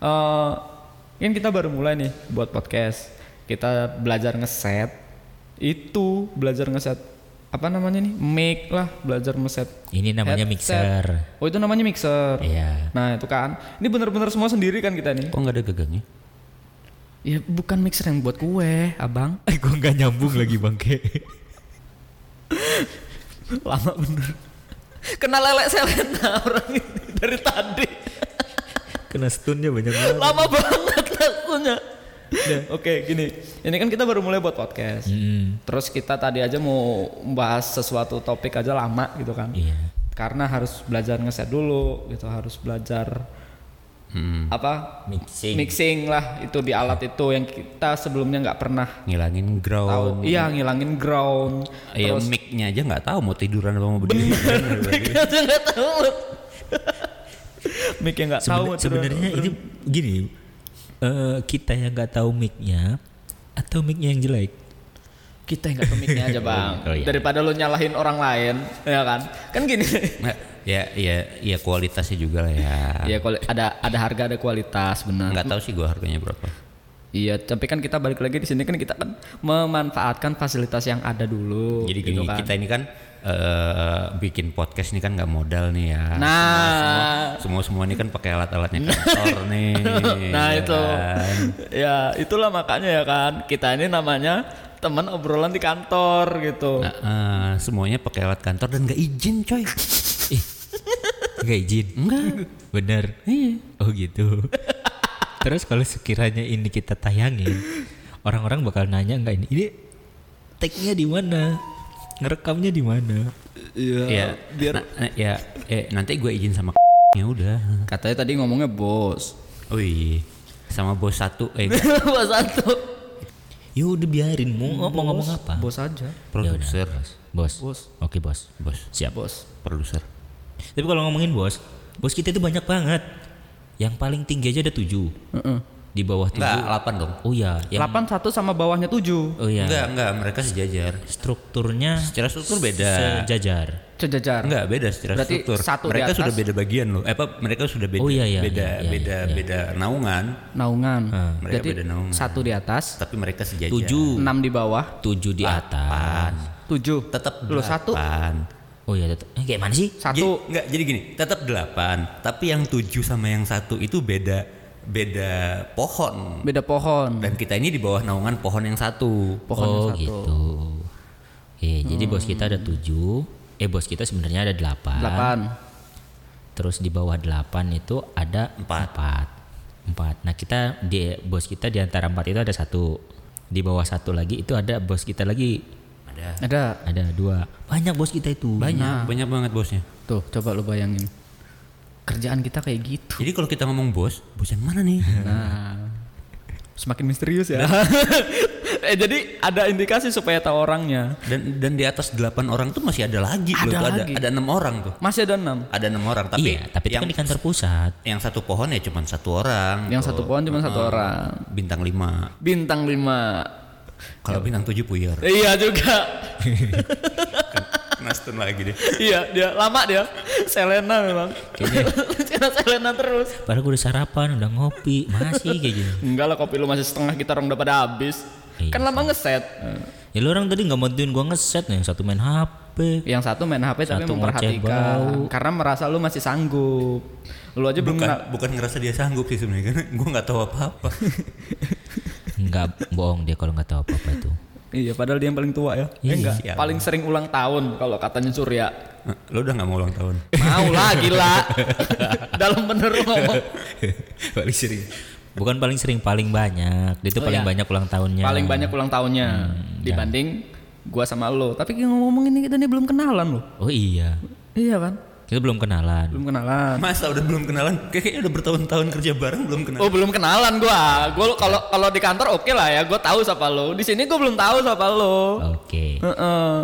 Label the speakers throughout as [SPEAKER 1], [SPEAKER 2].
[SPEAKER 1] eh kan kita baru mulai nih buat podcast. Kita belajar ngeset. Itu belajar ngeset apa namanya nih? Mic lah, belajar ngeset.
[SPEAKER 2] Ini namanya
[SPEAKER 1] headset.
[SPEAKER 2] mixer.
[SPEAKER 1] Oh, itu namanya mixer.
[SPEAKER 2] Iya.
[SPEAKER 1] Nah, itu kan. Ini bener-bener semua sendiri kan kita nih?
[SPEAKER 2] Kok nggak ada gagangnya?
[SPEAKER 1] Ya bukan mixer yang buat kue, Abang.
[SPEAKER 2] Eh, gue nggak nyambung lagi bangke.
[SPEAKER 1] Lama bener. Kena lelek selena orang ini dari tadi.
[SPEAKER 2] Kena stunnya banyak banget.
[SPEAKER 1] Lama banget lakunya. Ya, Oke, gini. Ini kan kita baru mulai buat podcast.
[SPEAKER 2] Hmm,
[SPEAKER 1] Terus kita tadi aja mau bahas sesuatu topik aja lama gitu kan.
[SPEAKER 2] iya.
[SPEAKER 1] Karena harus belajar ngeset dulu gitu, harus belajar
[SPEAKER 3] Hmm.
[SPEAKER 1] apa?
[SPEAKER 2] Mixing.
[SPEAKER 1] Mixing lah itu di alat itu yang kita sebelumnya nggak pernah
[SPEAKER 3] Ngilangin
[SPEAKER 2] Oh,
[SPEAKER 1] tahu.
[SPEAKER 3] ground.
[SPEAKER 1] Iya, ngilangin ground.
[SPEAKER 2] Iya,
[SPEAKER 3] Ya mic-nya aja nggak tahu mau tiduran apa mau berdiri.
[SPEAKER 1] Miknya aja nggak tahu. Mik yang nggak tahu.
[SPEAKER 2] Seben-
[SPEAKER 1] Mas Ridwan.
[SPEAKER 2] Sebenarnya ini gini. eh, kita yang nggak tahu mic-nya atau mic-nya yang jelek.
[SPEAKER 1] kita yang nggak tahu miknya aja bang.
[SPEAKER 3] Oh, iya.
[SPEAKER 1] Daripada lo nyalahin orang lain, ya kan? Kan gini.
[SPEAKER 3] Nah, ya ya ya kualitasnya juga lah ya.
[SPEAKER 1] ya kuali- ada ada harga ada kualitas benar.
[SPEAKER 3] Nggak tahu sih gua harganya berapa.
[SPEAKER 1] Iya, tapi kan kita balik lagi di sini kan kita kan memanfaatkan fasilitas yang ada dulu.
[SPEAKER 3] Jadi
[SPEAKER 1] gitu
[SPEAKER 3] gini,
[SPEAKER 1] kan.
[SPEAKER 3] kita ini kan eh, bikin podcast ini kan nggak modal nih ya.
[SPEAKER 1] Nah.
[SPEAKER 3] semua semua ini kan pakai alat-alatnya kantor nih.
[SPEAKER 1] nah
[SPEAKER 3] ya
[SPEAKER 1] itu
[SPEAKER 3] kan?
[SPEAKER 1] ya itulah makanya ya kan kita ini namanya teman obrolan di kantor gitu.
[SPEAKER 3] Nah, eh, semuanya pakai alat kantor dan nggak izin coy.
[SPEAKER 2] Ih, nggak izin. Enggak. Bener. Oh gitu. Terus kalau sekiranya ini kita tayangin, orang-orang bakal nanya nggak ini? Ini take-nya di mana? Ngerekamnya di mana?
[SPEAKER 1] Iya.
[SPEAKER 3] ya, na- ya, eh, nanti gue izin sama ya udah.
[SPEAKER 1] Katanya tadi ngomongnya bos.
[SPEAKER 2] Oh,
[SPEAKER 3] Wih,
[SPEAKER 2] iya.
[SPEAKER 3] sama bos satu, eh
[SPEAKER 1] bos satu.
[SPEAKER 2] Ya udah biarin mau, mau ngomong apa?
[SPEAKER 1] Bos aja.
[SPEAKER 3] produser,
[SPEAKER 2] Bos. Oke bos.
[SPEAKER 3] bos,
[SPEAKER 2] Siap bos.
[SPEAKER 3] produser.
[SPEAKER 2] Tapi kalau ngomongin bos, bos kita itu banyak banget. Yang paling tinggi aja ada tujuh. Di bawah tujuh.
[SPEAKER 3] Enggak, delapan dong. Ya.
[SPEAKER 2] Oh iya. Yang,
[SPEAKER 1] Delapan satu sama bawahnya tujuh.
[SPEAKER 2] oh iya.
[SPEAKER 3] Enggak, enggak, mereka sejajar.
[SPEAKER 2] Strukturnya
[SPEAKER 3] Secara struktur beda.
[SPEAKER 2] sejajar.
[SPEAKER 1] Sejajar.
[SPEAKER 3] Enggak beda secara
[SPEAKER 1] Berarti
[SPEAKER 3] struktur.
[SPEAKER 1] satu di
[SPEAKER 3] mereka
[SPEAKER 1] atas.
[SPEAKER 3] sudah beda bagian loh. Eh, apa mereka sudah beda
[SPEAKER 2] Oh, iya, iya,
[SPEAKER 3] beda
[SPEAKER 2] iya, iya,
[SPEAKER 3] beda
[SPEAKER 2] iya.
[SPEAKER 3] beda naungan,
[SPEAKER 1] Naungan.
[SPEAKER 3] Mereka
[SPEAKER 1] Berarti
[SPEAKER 3] beda naungan.
[SPEAKER 1] satu di atas,
[SPEAKER 3] tapi mereka sejajar.
[SPEAKER 2] Tujuh.
[SPEAKER 1] enam di bawah,
[SPEAKER 2] Tujuh di atas.
[SPEAKER 1] tujuh.
[SPEAKER 3] Tetap
[SPEAKER 1] Loh, satu.
[SPEAKER 3] delapan.
[SPEAKER 2] Oh iya. tetep- Eh, kayak mana sih?
[SPEAKER 3] Jadi,
[SPEAKER 1] Satu.
[SPEAKER 3] enggak, jadi gini, tetap delapan, tapi yang tujuh sama yang satu itu beda beda pohon.
[SPEAKER 1] Beda pohon.
[SPEAKER 3] Dan kita ini di bawah naungan pohon yang satu. Hmm.
[SPEAKER 1] Pohon yang
[SPEAKER 2] oh
[SPEAKER 1] satu.
[SPEAKER 2] gitu. Oke, jadi bos kita ada tujuh. Eh bos kita sebenarnya ada delapan.
[SPEAKER 1] Delapan.
[SPEAKER 2] Terus di bawah delapan itu ada
[SPEAKER 3] Empat.
[SPEAKER 2] Empat. Empat. Nah kita di bos kita di antara empat itu ada satu. Di bawah satu lagi itu ada bos kita lagi.
[SPEAKER 3] Ada.
[SPEAKER 1] Ada.
[SPEAKER 2] Ada dua. Banyak bos kita itu.
[SPEAKER 3] Banyak, banyak banget bosnya.
[SPEAKER 1] Tuh, coba lu bayangin. Kerjaan kita kayak gitu.
[SPEAKER 3] Jadi kalau kita ngomong bos, bos yang mana nih?
[SPEAKER 1] Nah. Semakin misterius ya. eh, jadi ada indikasi supaya tahu orangnya.
[SPEAKER 3] Dan dan di atas delapan orang tuh masih ada lagi
[SPEAKER 1] Ada
[SPEAKER 3] loh, tuh
[SPEAKER 1] lagi.
[SPEAKER 3] ada ada enam orang tuh.
[SPEAKER 1] Masih ada enam.
[SPEAKER 3] Ada enam orang tapi
[SPEAKER 2] iya, tapi itu
[SPEAKER 3] yang
[SPEAKER 2] kan di kantor pusat.
[SPEAKER 3] yang satu pohon ya cuma satu orang.
[SPEAKER 1] Yang satu pohon cuma satu orang.
[SPEAKER 3] bintang 5
[SPEAKER 1] Bintang lima.
[SPEAKER 3] kalau bintang 7 puyer
[SPEAKER 1] Iya juga.
[SPEAKER 3] Nastun lagi deh
[SPEAKER 1] iya dia lama dia Selena memang Selena Selena terus
[SPEAKER 2] Padahal gue udah sarapan, udah ngopi, masih kayak gini.
[SPEAKER 1] enggak lah kopi lu masih setengah kita orang udah pada habis
[SPEAKER 2] Iya
[SPEAKER 1] kan lama ngeset
[SPEAKER 2] Ya lu orang tadi nggak bantuin gua ngeset nah, yang satu main HP.
[SPEAKER 1] yang satu main HP tapi
[SPEAKER 2] Satu ngoceh
[SPEAKER 1] memperhatikan karena merasa lu masih sanggup lu aja belum
[SPEAKER 3] bukan
[SPEAKER 1] kena-
[SPEAKER 3] bukan ngerasa dia sanggup sih sebenarnya karena gue nggak tahu apa apa
[SPEAKER 2] Nggak bohong dia kalau nggak tahu apa-apa itu.
[SPEAKER 1] iya padahal dia yang paling tua ya
[SPEAKER 2] Iya.
[SPEAKER 1] Eh, enggak
[SPEAKER 3] Siap.
[SPEAKER 1] paling sering ulang tahun kalau katanya Surya
[SPEAKER 3] lo udah nggak mau ulang tahun
[SPEAKER 1] mau lah gila dalam bener lu ngomong
[SPEAKER 3] paling sering
[SPEAKER 2] Bukan paling sering, paling banyak. Dia itu
[SPEAKER 1] Oh, iya.
[SPEAKER 2] paling banyak ulang tahunnya.
[SPEAKER 1] paling banyak ulang tahunnya
[SPEAKER 2] Hmm, ya.
[SPEAKER 1] dibanding gua sama lo tapi ngomong ini kita nih belum kenalan loh
[SPEAKER 2] Oh iya.
[SPEAKER 1] iya kan
[SPEAKER 2] Kita belum kenalan.
[SPEAKER 1] belum kenalan
[SPEAKER 3] masa udah belum kenalan kayaknya udah bertahun-tahun kerja bareng belum kenalan
[SPEAKER 1] Oh belum kenalan gua. Gua lu- kalau kalau di kantor oke lah ya, gua tahu siapa lo. Di sini gua belum tahu siapa lo.
[SPEAKER 2] Oh. Oke.
[SPEAKER 1] Heeh.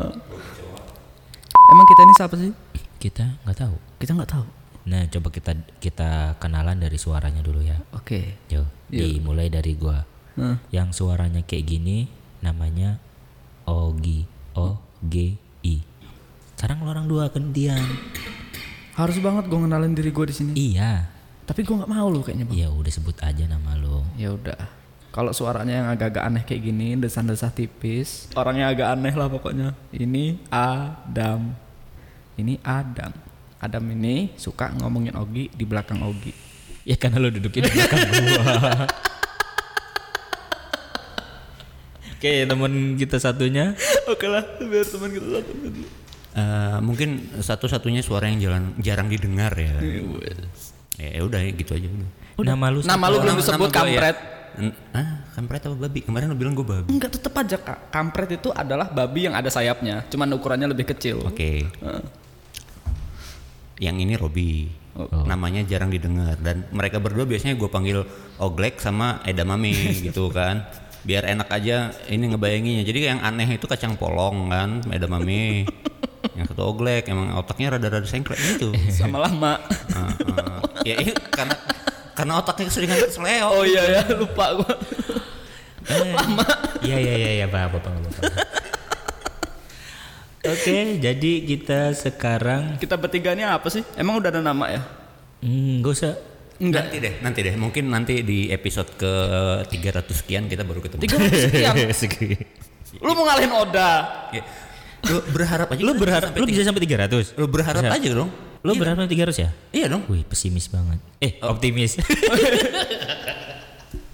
[SPEAKER 1] Emang kita ini siapa sih?
[SPEAKER 2] Kita nggak tahu.
[SPEAKER 1] Kita nggak tahu.
[SPEAKER 2] Nah, coba kita kita kenalan dari suaranya dulu ya.
[SPEAKER 1] Oke.
[SPEAKER 2] Yo,
[SPEAKER 1] Iya.
[SPEAKER 2] dimulai dari gua.
[SPEAKER 1] Heeh.
[SPEAKER 2] Yang suaranya kayak gini namanya Ogi. O G I. Sekarang lu orang dua gantian.
[SPEAKER 1] Harus banget gua ngenalin diri gua di sini.
[SPEAKER 2] iya.
[SPEAKER 1] Tapi gue nggak mau loh kayaknya bang.
[SPEAKER 2] Ya udah sebut aja nama lo.
[SPEAKER 1] Ya udah. Kalau suaranya yang agak-agak aneh kayak gini, desah-desah tipis, orangnya agak aneh lah pokoknya. Ini Adam. Ini Adam. Adam ini suka ngomongin Ogi di belakang Ogi.
[SPEAKER 2] Ya karena lo duduknya di belakang gua. Oke teman kita satunya
[SPEAKER 1] Oke lah, biar teman kita satu.
[SPEAKER 3] Eh, mungkin satu-satunya suara yang jalan, jarang didengar ya.
[SPEAKER 2] Iya.
[SPEAKER 3] Ya ya udah ya, gitu aja udah.
[SPEAKER 2] Nama lu
[SPEAKER 1] Nama lu belum disebut
[SPEAKER 3] nama gua ya.
[SPEAKER 1] kampret.
[SPEAKER 3] N- Hah? Kampret apa babi? Kemarin lu bilang gue babi.
[SPEAKER 1] Enggak tetep aja kak. Kampret itu adalah babi yang ada sayapnya, cuman ukurannya lebih kecil.
[SPEAKER 3] Oke. Yang ini Robi. Namanya jarang didengar dan mereka berdua biasanya gue panggil Oglek sama Edamame gitu kan. Biar enak aja ini ngebayanginnya. Jadi yang aneh itu kacang polong kan, Edamame. yang satu Oglek emang otaknya rada-rada sengklek gitu.
[SPEAKER 1] Sama lama.
[SPEAKER 3] Ah, ah. ya iya, karena karena otaknya keseringan seleo.
[SPEAKER 1] Oh iya ya, lupa gua.
[SPEAKER 2] Lama Iya iya iya ya, paham paham paham, paham. Oke jadi kita sekarang
[SPEAKER 1] Kita bertiga ini apa sih? Emang udah ada nama ya?
[SPEAKER 2] hmm, Gak usah
[SPEAKER 3] Enggak. Nanti deh, nanti deh. Mungkin nanti di episode ke 300 sekian kita baru ketemu.
[SPEAKER 1] Tiga menit sekian. Lu mau ngalahin Oda?
[SPEAKER 3] Ya. Lu berharap aja.
[SPEAKER 2] Lu
[SPEAKER 3] kan
[SPEAKER 2] berharap
[SPEAKER 3] sampai
[SPEAKER 2] Lu
[SPEAKER 3] tiga-
[SPEAKER 2] bisa sampai 300
[SPEAKER 3] lu berharap aja dong.
[SPEAKER 2] Lu berharap 300 ya?
[SPEAKER 3] Iya dong.
[SPEAKER 2] Wih pesimis banget Eh optimis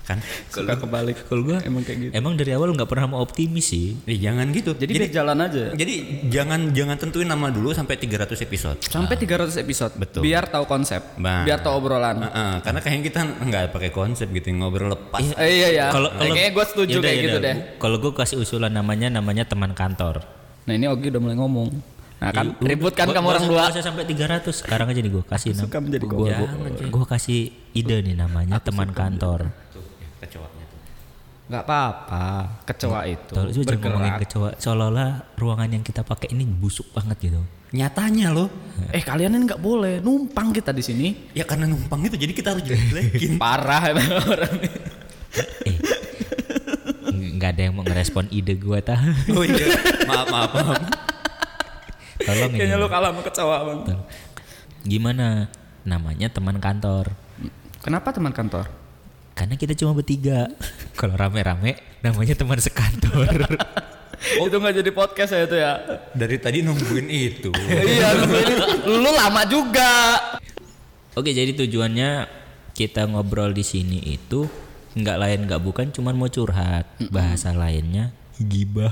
[SPEAKER 3] Kan.
[SPEAKER 1] Suka kebalik. Kalau gua emang kayak gitu.
[SPEAKER 2] Emang dari awal nggak pernah mau optimis sih
[SPEAKER 3] Ya, jangan gitu.
[SPEAKER 1] Jadi, biar jalan aja. ya?
[SPEAKER 3] jadi jangan jangan tentuin nama dulu sampai 300 episode.
[SPEAKER 1] Sampai 300 episode.
[SPEAKER 3] Betul.
[SPEAKER 1] Biar tahu konsep,
[SPEAKER 3] Nah.
[SPEAKER 1] biar tahu obrolan.
[SPEAKER 3] Heeh, karena kayaknya kita nggak pakai konsep gitu ngobrol lepas.
[SPEAKER 1] Eh, iya ya.
[SPEAKER 2] Kalau kalau
[SPEAKER 1] kayaknya gua setuju
[SPEAKER 2] Yaudah,
[SPEAKER 1] kayak gitu
[SPEAKER 2] yaudah.
[SPEAKER 1] deh.
[SPEAKER 2] Kalau gue kasih usulan namanya namanya teman kantor.
[SPEAKER 1] Nah, ini Ogi udah mulai ngomong. Nah, kan
[SPEAKER 2] Yaudah,
[SPEAKER 1] ribut kan
[SPEAKER 2] gua-
[SPEAKER 1] kamu
[SPEAKER 2] gua
[SPEAKER 1] orang
[SPEAKER 2] usah-
[SPEAKER 1] dua.
[SPEAKER 2] gua usah sampai 300. Sekarang aja nih gue kasih nama.
[SPEAKER 1] suka menjadi
[SPEAKER 2] gua, gua, gua kasih ide nih namanya teman kantor.
[SPEAKER 3] Tuh, ya, kecoaknya tuh.
[SPEAKER 1] Gak apa-apa. Kecoa itu
[SPEAKER 2] Kalau lu jangan ngomongin
[SPEAKER 1] gitu. bergerak.
[SPEAKER 2] kecoa, seolah-olah ruangan yang kita pakai ini busuk banget gitu.
[SPEAKER 3] Nyatanya loh.
[SPEAKER 1] Eh, kalian ini nggak boleh numpang kita di sini.
[SPEAKER 3] Ya karena numpang itu jadi gitu. kita harus jelek-jelekin.
[SPEAKER 1] Parah emang orang ini.
[SPEAKER 2] Eh, ng- nggak ada yang mau ngerespon ide gue tah.
[SPEAKER 3] oh iya. Maaf, maaf, maaf.
[SPEAKER 2] Tolong ini.
[SPEAKER 1] Kayaknya lu kalah sama kecoa, Bang.
[SPEAKER 2] Tolong. Gimana namanya teman kantor?
[SPEAKER 1] Kenapa teman kantor?
[SPEAKER 2] Karena kita cuma bertiga. Kalau rame-rame namanya teman sekantor.
[SPEAKER 1] Itu nggak jadi podcast ya itu ya.
[SPEAKER 3] Dari tadi nungguin itu.
[SPEAKER 1] Iya, lu, lu lama juga.
[SPEAKER 2] Oke, jadi tujuannya kita ngobrol di sini itu nggak lain nggak bukan cuman mau curhat. Bahasa lainnya gibah.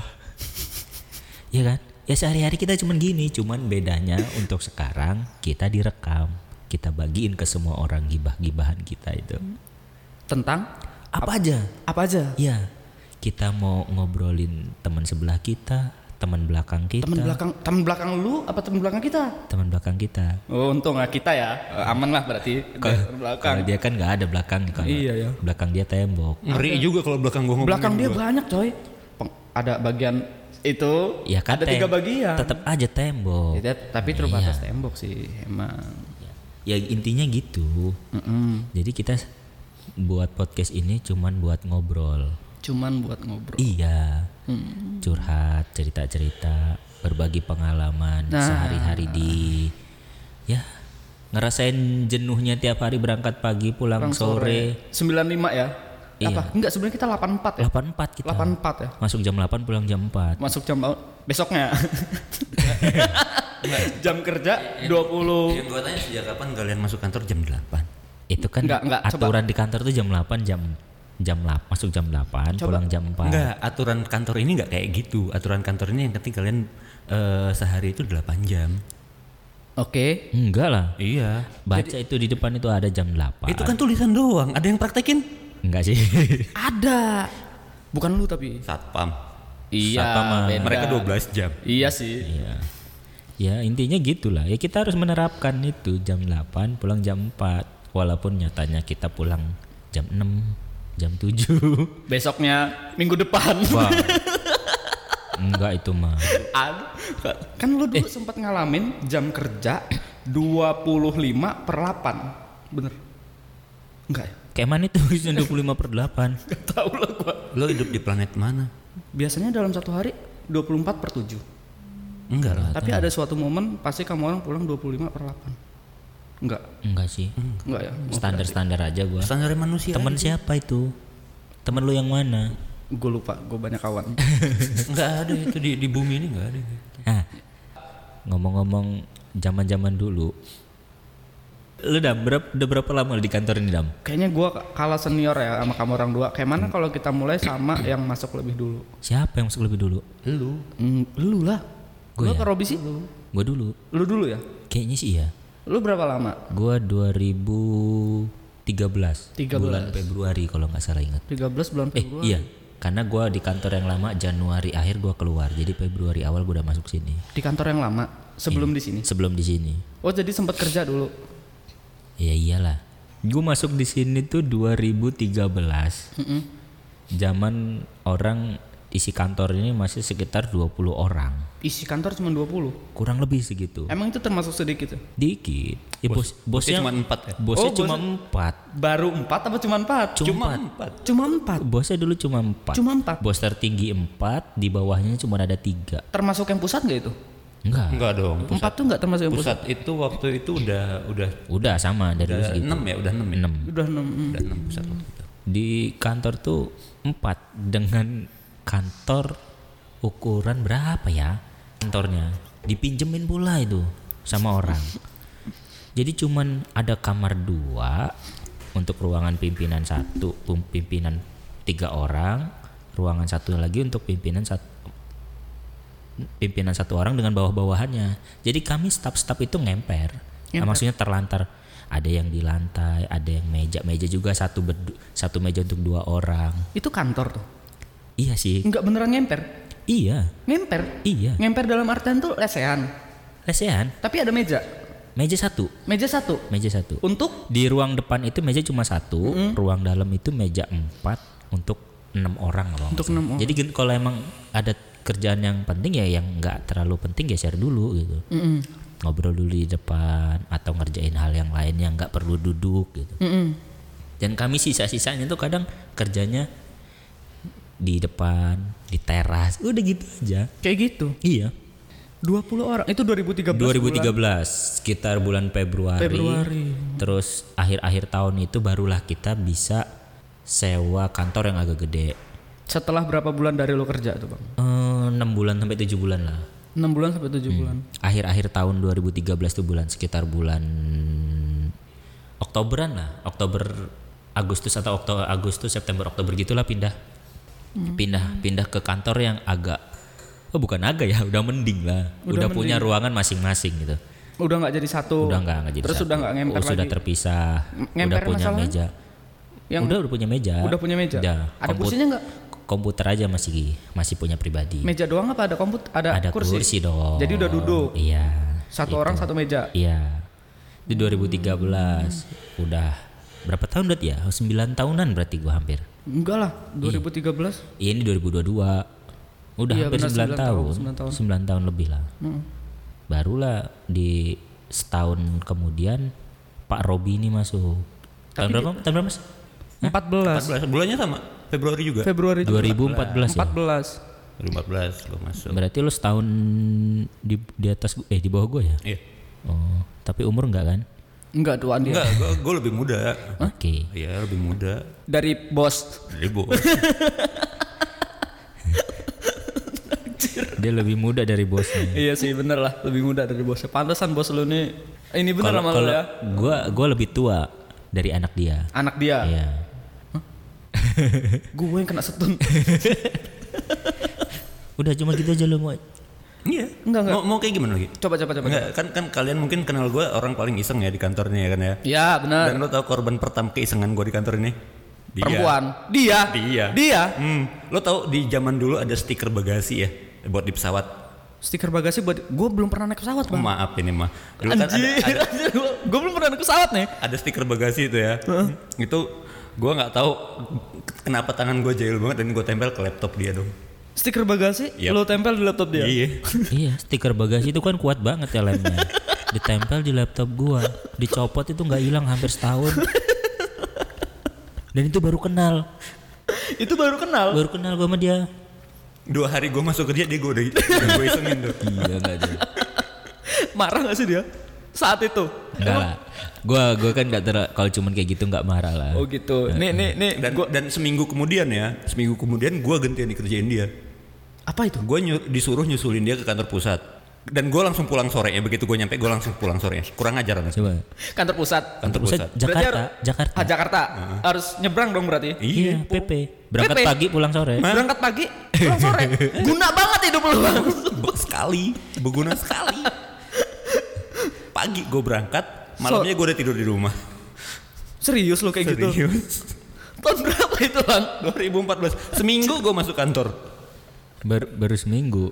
[SPEAKER 2] Iya kan? Ya sehari-hari kita cuman gini, cuman bedanya untuk sekarang kita direkam. Kita bagiin ke semua orang gibah-gibahan kita itu.
[SPEAKER 1] Tentang
[SPEAKER 2] Apa aja?
[SPEAKER 1] apa aja?
[SPEAKER 2] Ya, kita mau ngobrolin teman sebelah kita, teman belakang kita,
[SPEAKER 1] Teman belakang, teman belakang lu apa teman belakang kita?
[SPEAKER 2] teman belakang kita.
[SPEAKER 1] Oh, untung nggak kita ya. Eh, Aman lah berarti teman belakang.
[SPEAKER 2] Kalau dia kan nggak ada belakang kalau
[SPEAKER 1] Iya, ya.
[SPEAKER 2] belakang dia tembok.
[SPEAKER 3] Ngeri juga kalau belakang gua ngomong. gitu.
[SPEAKER 1] Belakang dia banyak, coy. Peng- ada bagian itu,
[SPEAKER 2] Ya kan
[SPEAKER 1] ada
[SPEAKER 2] tem-
[SPEAKER 1] tiga bagian.
[SPEAKER 2] Tetap aja tembok.
[SPEAKER 1] Ya, tapi terbatas tembok sih, emang.
[SPEAKER 2] Ya intinya gitu.
[SPEAKER 1] Mm-mm.
[SPEAKER 2] Jadi kita s- buat podcast ini cuman buat ngobrol.
[SPEAKER 1] Cuman buat ngobrol.
[SPEAKER 2] Iya.
[SPEAKER 1] Hmm.
[SPEAKER 2] Curhat, cerita-cerita, berbagi pengalaman
[SPEAKER 1] Nah.
[SPEAKER 2] sehari-hari di ya ngerasain jenuhnya tiap hari berangkat pagi pulang, sore.
[SPEAKER 1] 95 ya? Apa? Enggak, sebenarnya kita 84 ya.
[SPEAKER 2] 84 kita.
[SPEAKER 1] 84 ya.
[SPEAKER 2] Masuk jam 8 pulang jam 4.
[SPEAKER 1] Masuk jam besoknya. jam kerja 20
[SPEAKER 3] Yang gue tanya sejak kapan kalian masuk kantor jam 8?
[SPEAKER 2] Itu kan
[SPEAKER 1] Enggak, enggak, coba.
[SPEAKER 2] aturan di kantor tuh jam 8 jam jam 8 masuk jam 8 pulang jam 4.
[SPEAKER 3] Enggak, aturan kantor ini nggak kayak gitu. Aturan kantor ini yang penting kalian eh, sehari itu 8 jam.
[SPEAKER 1] Oke.
[SPEAKER 2] Enggak lah.
[SPEAKER 3] Iya.
[SPEAKER 2] Baca itu di depan itu ada jam 8.
[SPEAKER 3] Itu kan tulisan doang, ada yang praktekin?
[SPEAKER 2] Enggak sih.
[SPEAKER 1] Ada. Bukan lu tapi.
[SPEAKER 3] Satpam.
[SPEAKER 1] Iya.
[SPEAKER 3] ah.
[SPEAKER 2] Satpam,
[SPEAKER 1] beda.
[SPEAKER 3] Mereka 12 jam.
[SPEAKER 1] Iya sih.
[SPEAKER 2] Iya. Ya intinya gitulah. Ya kita harus menerapkan itu jam 8 pulang jam 4 walaupun nyatanya kita pulang jam 6, jam 7.
[SPEAKER 1] Besoknya minggu depan.
[SPEAKER 2] Enggak itu mah.
[SPEAKER 1] Ad- kan lu dulu sempat ngalamin jam kerja 25 per 8. Bener. Enggak ya?
[SPEAKER 2] Kayak mana itu 25 per 8.
[SPEAKER 1] Gak tau lah gua.
[SPEAKER 3] Lo hidup di planet mana?
[SPEAKER 1] Biasanya dalam satu hari 24 per 7.
[SPEAKER 3] Enggak lah.
[SPEAKER 1] Tapi ada suatu momen pasti kamu orang pulang 25 per 8. Enggak.
[SPEAKER 2] Enggak sih.
[SPEAKER 1] Enggak ya.
[SPEAKER 2] Standar-standar aja gua.
[SPEAKER 3] Standar manusia.
[SPEAKER 2] Temen siapa itu? Temen lu yang mana?
[SPEAKER 1] Gue Oh, lupa, gue banyak kawan.
[SPEAKER 3] nggak ada itu di, di bumi ini nggak ada.
[SPEAKER 2] Nah, ngomong-ngomong zaman-zaman dulu. Lu udah berapa, udah berapa lama lu di kantor ini, Dam?
[SPEAKER 1] Kayaknya gue kalah senior ya sama kamu orang dua. Kayak mana
[SPEAKER 2] Hmm.
[SPEAKER 1] kalau kita mulai sama yang masuk lebih dulu?
[SPEAKER 2] Siapa yang masuk lebih dulu?
[SPEAKER 3] Lu
[SPEAKER 1] Mm, lu lah.
[SPEAKER 2] Hmm, Gua
[SPEAKER 1] Gue
[SPEAKER 2] ya?
[SPEAKER 1] ke Robi sih.
[SPEAKER 2] Gua dulu.
[SPEAKER 1] Lu dulu ya.
[SPEAKER 2] Kayaknya sih iya.
[SPEAKER 1] Lu berapa lama?
[SPEAKER 2] Gua 2013.
[SPEAKER 1] 13.
[SPEAKER 2] Bulan Februari kalau nggak salah ingat.
[SPEAKER 1] 13 bulan
[SPEAKER 2] Eh,
[SPEAKER 1] Februari.
[SPEAKER 2] iya. Karena gua di kantor yang lama Januari akhir gua keluar. Jadi Februari awal gua udah masuk sini.
[SPEAKER 1] Di kantor yang lama sebelum
[SPEAKER 2] Iya.
[SPEAKER 1] di sini.
[SPEAKER 2] Sebelum di sini.
[SPEAKER 1] Oh, jadi sempat kerja dulu.
[SPEAKER 2] Ya iyalah. Gue masuk di sini tuh 2013. Zaman orang isi kantor ini masih sekitar 20 orang.
[SPEAKER 1] Isi kantor cuma 20.
[SPEAKER 2] Kurang lebih segitu.
[SPEAKER 1] Emang itu termasuk sedikit ya?
[SPEAKER 2] Dikit. Ya, bos, bosnya
[SPEAKER 3] bosnya cuma empat ya?
[SPEAKER 2] Bosnya
[SPEAKER 1] Oh,
[SPEAKER 2] cuma
[SPEAKER 1] bosnya-
[SPEAKER 2] empat.
[SPEAKER 1] Baru 4 apa cuma 4?
[SPEAKER 2] Cuma
[SPEAKER 1] empat. Cuma 4.
[SPEAKER 2] Bosnya dulu cuma empat.
[SPEAKER 1] Cuma 4.
[SPEAKER 2] Bos tertinggi empat, di bawahnya cuma ada tiga.
[SPEAKER 1] Termasuk yang pusat nggak itu?
[SPEAKER 2] Enggak.
[SPEAKER 3] Enggak dong.
[SPEAKER 1] 4 tuh nggak termasuk yang pusat.
[SPEAKER 3] Pusat itu waktu itu udah udah
[SPEAKER 2] Udah sama dari dulu
[SPEAKER 3] udah
[SPEAKER 2] segitu.
[SPEAKER 3] enam ya udah enam ya.
[SPEAKER 2] Enam.
[SPEAKER 1] Udah mm. 6.
[SPEAKER 3] Udah enam pusat waktu itu.
[SPEAKER 2] Di kantor tuh empat dengan kantor ukuran berapa ya kantornya? Dipinjemin pula itu sama orang. Jadi cuman ada kamar dua untuk ruangan pimpinan satu, pim- pimpinan tiga orang, ruangan satu lagi untuk pimpinan satu pimpinan satu orang dengan bawah-bawahannya. Jadi kami staf-staf itu ngemper. Nah, maksudnya terlantar. Ada yang di lantai, ada yang meja, meja juga satu berdu- satu meja untuk dua orang.
[SPEAKER 1] Itu kantor tuh.
[SPEAKER 2] Iya sih.
[SPEAKER 1] Nggak beneran ngemper.
[SPEAKER 2] Iya.
[SPEAKER 1] Ngemper.
[SPEAKER 2] Iya.
[SPEAKER 1] Ngemper dalam artian tuh lesehan.
[SPEAKER 2] Lesehan.
[SPEAKER 1] Tapi ada meja.
[SPEAKER 2] Meja satu.
[SPEAKER 1] Meja satu.
[SPEAKER 2] Meja satu.
[SPEAKER 1] Untuk
[SPEAKER 2] Di ruang depan itu meja cuma satu, ruang dalam itu meja empat untuk enam orang kalau nggak
[SPEAKER 1] Untuk
[SPEAKER 2] salah.
[SPEAKER 1] enam orang.
[SPEAKER 2] Jadi gen- kalau emang ada kerjaan yang penting ya yang nggak terlalu penting ya share dulu gitu.
[SPEAKER 1] Mm-mm.
[SPEAKER 2] Ngobrol dulu di depan atau ngerjain hal yang lain yang nggak perlu duduk gitu.
[SPEAKER 1] Mm-mm.
[SPEAKER 2] Dan kami sisa-sisanya tuh kadang kerjanya di depan, di teras, udah gitu aja.
[SPEAKER 1] kayak gitu.
[SPEAKER 2] Iya.
[SPEAKER 1] 20 orang. Itu 2013.
[SPEAKER 2] 2013
[SPEAKER 1] bulan.
[SPEAKER 2] sekitar bulan Februari.
[SPEAKER 1] Februari.
[SPEAKER 2] Terus akhir-akhir tahun itu barulah kita bisa sewa kantor yang agak gede.
[SPEAKER 1] Setelah berapa bulan dari lo kerja tuh, Bang?
[SPEAKER 2] Eh, 6 bulan sampai 7 bulan lah.
[SPEAKER 1] 6 bulan sampai 7
[SPEAKER 2] Hmm.
[SPEAKER 1] bulan.
[SPEAKER 2] Akhir-akhir tahun 2013 tuh bulan sekitar bulan Oktoberan lah, Oktober Agustus atau Oktober Agustus September Oktober gitulah pindah.
[SPEAKER 1] Hmm.
[SPEAKER 2] Pindah pindah ke kantor yang agak oh bukan agak ya, udah mending lah. Udah, punya ruangan masing-masing gitu.
[SPEAKER 1] Udah nggak jadi satu.
[SPEAKER 2] Udah nggak nggak jadi
[SPEAKER 1] Oh, Terus
[SPEAKER 2] satu. Oh,
[SPEAKER 1] udah nggak ngemper
[SPEAKER 2] Sudah
[SPEAKER 1] lagi.
[SPEAKER 2] terpisah.
[SPEAKER 1] ngemper
[SPEAKER 2] udah punya
[SPEAKER 1] masalahnya?
[SPEAKER 2] meja.
[SPEAKER 1] Yang
[SPEAKER 2] udah udah punya meja.
[SPEAKER 1] udah punya meja.
[SPEAKER 2] Udah.
[SPEAKER 1] Ada
[SPEAKER 2] Komput- Hmm.
[SPEAKER 1] kursinya nggak?
[SPEAKER 2] Komputer aja masih masih punya pribadi.
[SPEAKER 1] Meja doang apa ada komputer? Ada,
[SPEAKER 2] Ada kursi. dong.
[SPEAKER 1] Jadi udah duduk.
[SPEAKER 2] Iya.
[SPEAKER 1] Satu orang satu meja.
[SPEAKER 2] Iya. Di 2013 udah berapa tahun udah ya? 9 tahunan berarti gua hampir.
[SPEAKER 1] Enggak lah, 2013.
[SPEAKER 2] Iya, ini 2022. Udah
[SPEAKER 1] Iya,
[SPEAKER 2] hampir
[SPEAKER 1] benar,
[SPEAKER 2] 9,
[SPEAKER 1] sembilan
[SPEAKER 2] tahun.
[SPEAKER 1] tahun, sembilan tahun.
[SPEAKER 2] 9 tahun lebih lah. Barulah di setahun kemudian Pak Robi ini masuk. Tahun berapa? Tahun berapa? Mas?
[SPEAKER 1] 14
[SPEAKER 3] 14 bulannya sama Februari juga.
[SPEAKER 1] Februari juga.
[SPEAKER 2] 2014 ya.
[SPEAKER 1] 14.
[SPEAKER 3] 2014 gua masuk.
[SPEAKER 2] Berarti lu setahun di di atas gua- eh di bawah gua ya?
[SPEAKER 3] Iya.
[SPEAKER 2] Oh, tapi umur enggak kan?
[SPEAKER 1] Enggak tuan dia.
[SPEAKER 3] Enggak, gua, gua lebih muda.
[SPEAKER 2] Oke.
[SPEAKER 3] Iya, lebih muda.
[SPEAKER 1] Dari bos.
[SPEAKER 3] Dari bos.
[SPEAKER 2] Dia lebih muda dari bosnya.
[SPEAKER 1] iya sih, bener lah, lebih muda dari bosnya. Pantesan bos lu nih. Ini bener
[SPEAKER 2] Kalau
[SPEAKER 1] sama lu
[SPEAKER 2] kalau
[SPEAKER 1] ya.
[SPEAKER 2] gua gua lebih tua dari anak dia.
[SPEAKER 1] Anak dia.
[SPEAKER 2] Iya.
[SPEAKER 1] Gue yang kena setun.
[SPEAKER 2] Udah cuma gitu aja lu mau.
[SPEAKER 3] Iya.
[SPEAKER 1] Enggak, enggak.
[SPEAKER 3] Mau, mau kayak gimana lagi?
[SPEAKER 1] coba coba coba.
[SPEAKER 3] Enggak, kan kan kalian mungkin kenal gua orang paling iseng ya di kantornya ya kan ya.
[SPEAKER 1] Ya, bener.
[SPEAKER 3] Dan lo tau korban pertama keisengan gua di kantor ini? Dia.
[SPEAKER 1] Perempuan. Dia.
[SPEAKER 3] Dia.
[SPEAKER 1] Dia.
[SPEAKER 3] Hmm, lo tau di zaman dulu ada stiker bagasi ya buat di pesawat.
[SPEAKER 1] Stiker bagasi buat gue belum pernah naik pesawat,
[SPEAKER 3] Oh,
[SPEAKER 1] Bang.
[SPEAKER 3] maaf ini mah. Dulu kan ada,
[SPEAKER 1] Anjir, anjir, gue belum pernah naik pesawat nih.
[SPEAKER 3] ada stiker bagasi itu ya. Itu gua nggak tahu kenapa tangan gua jahil banget dan gua tempel ke laptop dia dong.
[SPEAKER 1] Stiker bagasi
[SPEAKER 3] Yap.
[SPEAKER 1] lo tempel di laptop dia.
[SPEAKER 3] Iya.
[SPEAKER 2] iya, stiker bagasi itu kan kuat banget ya lemnya. Ditempel di laptop gua, dicopot itu nggak hilang hampir setahun. Dan itu baru kenal.
[SPEAKER 1] Itu baru kenal.
[SPEAKER 2] Baru kenal gua sama dia.
[SPEAKER 3] Dua hari gua masuk kerja dia gua udah, udah gua isengin tuh.
[SPEAKER 2] Iya enggak ada.
[SPEAKER 1] Marah gak sih dia? saat itu.
[SPEAKER 2] Enggak lah. Gua gua kan nggak ter kalau cuman kayak gitu nggak marah lah.
[SPEAKER 1] Oh gitu. Nih nih nih
[SPEAKER 3] dan dan seminggu kemudian ya seminggu kemudian gue gantian dikerjain dia
[SPEAKER 1] apa itu?
[SPEAKER 3] gue disuruh nyusulin dia ke kantor pusat dan gue langsung pulang sore ya begitu gue nyampe gue langsung pulang sore kurang ajar anak.
[SPEAKER 2] Coba.
[SPEAKER 1] Kantor pusat.
[SPEAKER 3] kantor
[SPEAKER 2] Pusat
[SPEAKER 3] pusat
[SPEAKER 1] Berarti
[SPEAKER 2] Jakarta,
[SPEAKER 1] harus-
[SPEAKER 2] Jakarta.
[SPEAKER 1] Ah, Jakarta. Harus nyebrang dong berarti.
[SPEAKER 2] Iya, PP. Berangkat
[SPEAKER 1] PP.
[SPEAKER 2] pagi pulang sore.
[SPEAKER 1] Berangkat pagi, pulang sore. Guna banget hidup lu. Bang.
[SPEAKER 3] Be- sekali berguna sekali pagi gue berangkat malamnya gue udah tidur di rumah
[SPEAKER 1] Serius lu kayak gitu.
[SPEAKER 3] serius
[SPEAKER 1] Tahun berapa itu, Bang?
[SPEAKER 3] 2014 seminggu gue masuk kantor
[SPEAKER 2] Baru, baru seminggu.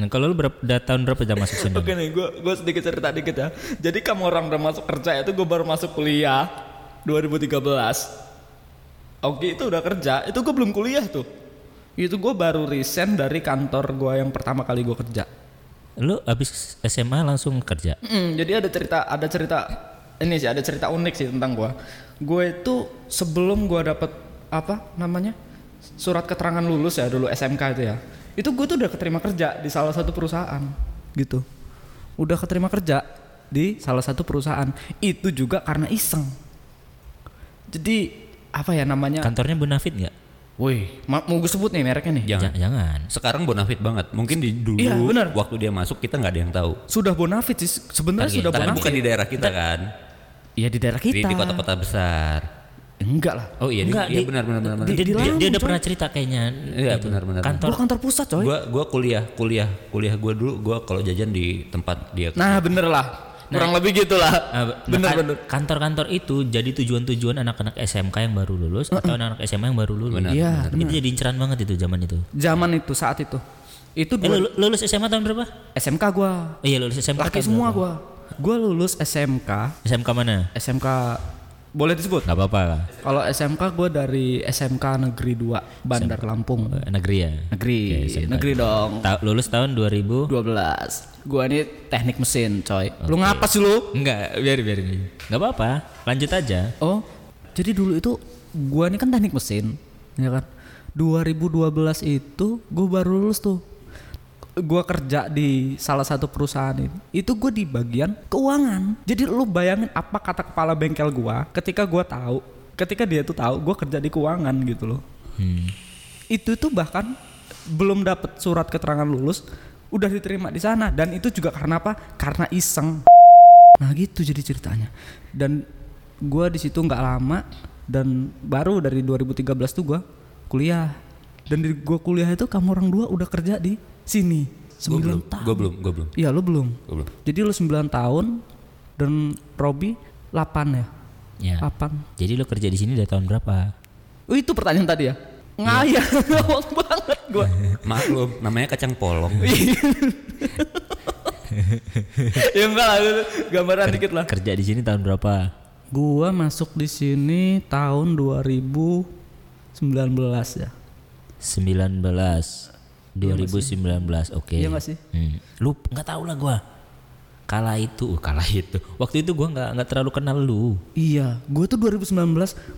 [SPEAKER 2] Nah, kalau lu berapa, udah tahun berapa jam masuk sini?
[SPEAKER 1] Oke nih, gue gue sedikit cerita dikit ya. Jadi kamu orang udah masuk kerja itu gue baru masuk kuliah 2013. Oke itu udah kerja, itu gue belum kuliah tuh. Itu gue baru resign dari kantor gue yang pertama kali gue kerja.
[SPEAKER 2] Lu habis SMA langsung kerja.
[SPEAKER 1] Mm, jadi ada cerita ada cerita ini sih ada cerita unik sih tentang gue. Gue itu sebelum gue dapet apa namanya surat keterangan lulus ya dulu SMK itu ya. Itu gue tuh udah keterima kerja di salah satu perusahaan gitu. Udah keterima kerja di salah satu perusahaan. Itu juga karena iseng. Jadi apa ya namanya?
[SPEAKER 2] Kantornya Bonafit nggak?
[SPEAKER 1] Woi, Ya. ma- mau gue sebut nih mereknya nih.
[SPEAKER 3] Jangan.
[SPEAKER 2] Ja- jangan.
[SPEAKER 3] sekarang bonafit banget mungkin di dulu
[SPEAKER 1] Iya, benar.
[SPEAKER 3] waktu dia masuk kita nggak ada yang tahu
[SPEAKER 1] Sudah bonafit sih sebenarnya Kan
[SPEAKER 2] Oke,
[SPEAKER 1] sudah
[SPEAKER 3] Tapi bukan
[SPEAKER 1] bonafit.
[SPEAKER 3] di daerah kita kan
[SPEAKER 1] Ya di daerah
[SPEAKER 3] di,
[SPEAKER 1] kita.
[SPEAKER 3] di kota-kota besar
[SPEAKER 1] Enggak lah.
[SPEAKER 3] oh iya di-
[SPEAKER 2] Nggak,
[SPEAKER 3] iya
[SPEAKER 2] di-
[SPEAKER 3] benar benar benar benar.
[SPEAKER 1] di-
[SPEAKER 2] Dia, dia,
[SPEAKER 1] dilarang,
[SPEAKER 2] dia udah
[SPEAKER 1] coy.
[SPEAKER 2] pernah cerita kayaknya.
[SPEAKER 3] Iya, benar, benar.
[SPEAKER 2] Kantor.
[SPEAKER 1] Gue kantor pusat coy.
[SPEAKER 3] gua gua kuliah kuliah kuliah gua dulu gua kalau jajan di tempat dia
[SPEAKER 1] Nah bener lah Kurang lebih gitu lah
[SPEAKER 2] Ah, be-
[SPEAKER 1] Bener
[SPEAKER 2] kan-
[SPEAKER 1] bener
[SPEAKER 2] Kantor-kantor itu jadi tujuan-tujuan anak-anak SMK yang baru lulus atau anak-anak SMA yang baru lulus.
[SPEAKER 3] Benar,
[SPEAKER 1] Iya,
[SPEAKER 2] Itu jadi inceran banget itu zaman itu.
[SPEAKER 1] Zaman itu saat itu Itu
[SPEAKER 2] Eh,
[SPEAKER 1] dua,
[SPEAKER 2] lu- lulus SMA tahun berapa?
[SPEAKER 1] SMK gua
[SPEAKER 2] Oh iya lulus SMK.
[SPEAKER 1] Laki
[SPEAKER 2] tahun
[SPEAKER 1] semua
[SPEAKER 2] berapa?
[SPEAKER 1] gua Gua lulus SMK
[SPEAKER 2] SMK mana?
[SPEAKER 1] SMK Boleh disebut?
[SPEAKER 2] Gak apa-apa lah.
[SPEAKER 1] Kalau SMK gua dari SMK Negeri 2 Bandar Lampung
[SPEAKER 2] Eh, Negeri ya.
[SPEAKER 1] Negeri
[SPEAKER 2] Oke, SMK.
[SPEAKER 1] Negeri dong
[SPEAKER 2] Ta- lulus tahun 2000.
[SPEAKER 1] 12 Gua ini teknik mesin coy Lu ngapa sih lu?
[SPEAKER 2] Enggak, biar biar ini. Enggak apa-apa, lanjut aja.
[SPEAKER 1] Oh, jadi dulu itu gua ini kan teknik mesin, ya kan? 2012 itu gua baru lulus tuh. Gua kerja di salah satu perusahaan ini. Itu gua di bagian keuangan. Jadi lu bayangin apa kata kepala bengkel gua ketika gua tahu, ketika dia tuh tahu gua kerja di keuangan gitu loh.
[SPEAKER 2] Hmm.
[SPEAKER 1] Itu tuh bahkan belum dapat surat keterangan lulus udah diterima di sana dan itu juga karena apa? Karena iseng. Nah gitu jadi ceritanya. Dan gua di situ nggak lama dan baru dari 2013 tuh gua kuliah. Dan di gua kuliah itu kamu orang dua udah kerja di sini.
[SPEAKER 3] gua belum
[SPEAKER 1] 9 tahun.
[SPEAKER 3] gua belum gua belum
[SPEAKER 1] Iya lu belum.
[SPEAKER 3] gua belum
[SPEAKER 1] Jadi lu 9 tahun dan Robi 8 ya.
[SPEAKER 2] Ya.
[SPEAKER 1] 8.
[SPEAKER 2] Jadi lu kerja di sini dari tahun berapa?
[SPEAKER 1] Oh, itu pertanyaan tadi ya.
[SPEAKER 3] Iya.
[SPEAKER 1] Ngayang ngomong banget gua.
[SPEAKER 3] maklum namanya kacang polong
[SPEAKER 1] Iya. ya enggak lah, gambaran dikit lah.
[SPEAKER 2] Kerja di sini tahun berapa?
[SPEAKER 1] Eh, Gua masuk di sini tahun 2019 ya.
[SPEAKER 2] 19 2019. Oke.
[SPEAKER 1] Iya nggak sih?
[SPEAKER 2] Hmm. Lu nggak tahu lah gua. Kala itu, uh, kala itu. Waktu itu gua nggak nggak terlalu kenal lu.
[SPEAKER 1] Iya, gue tuh 2019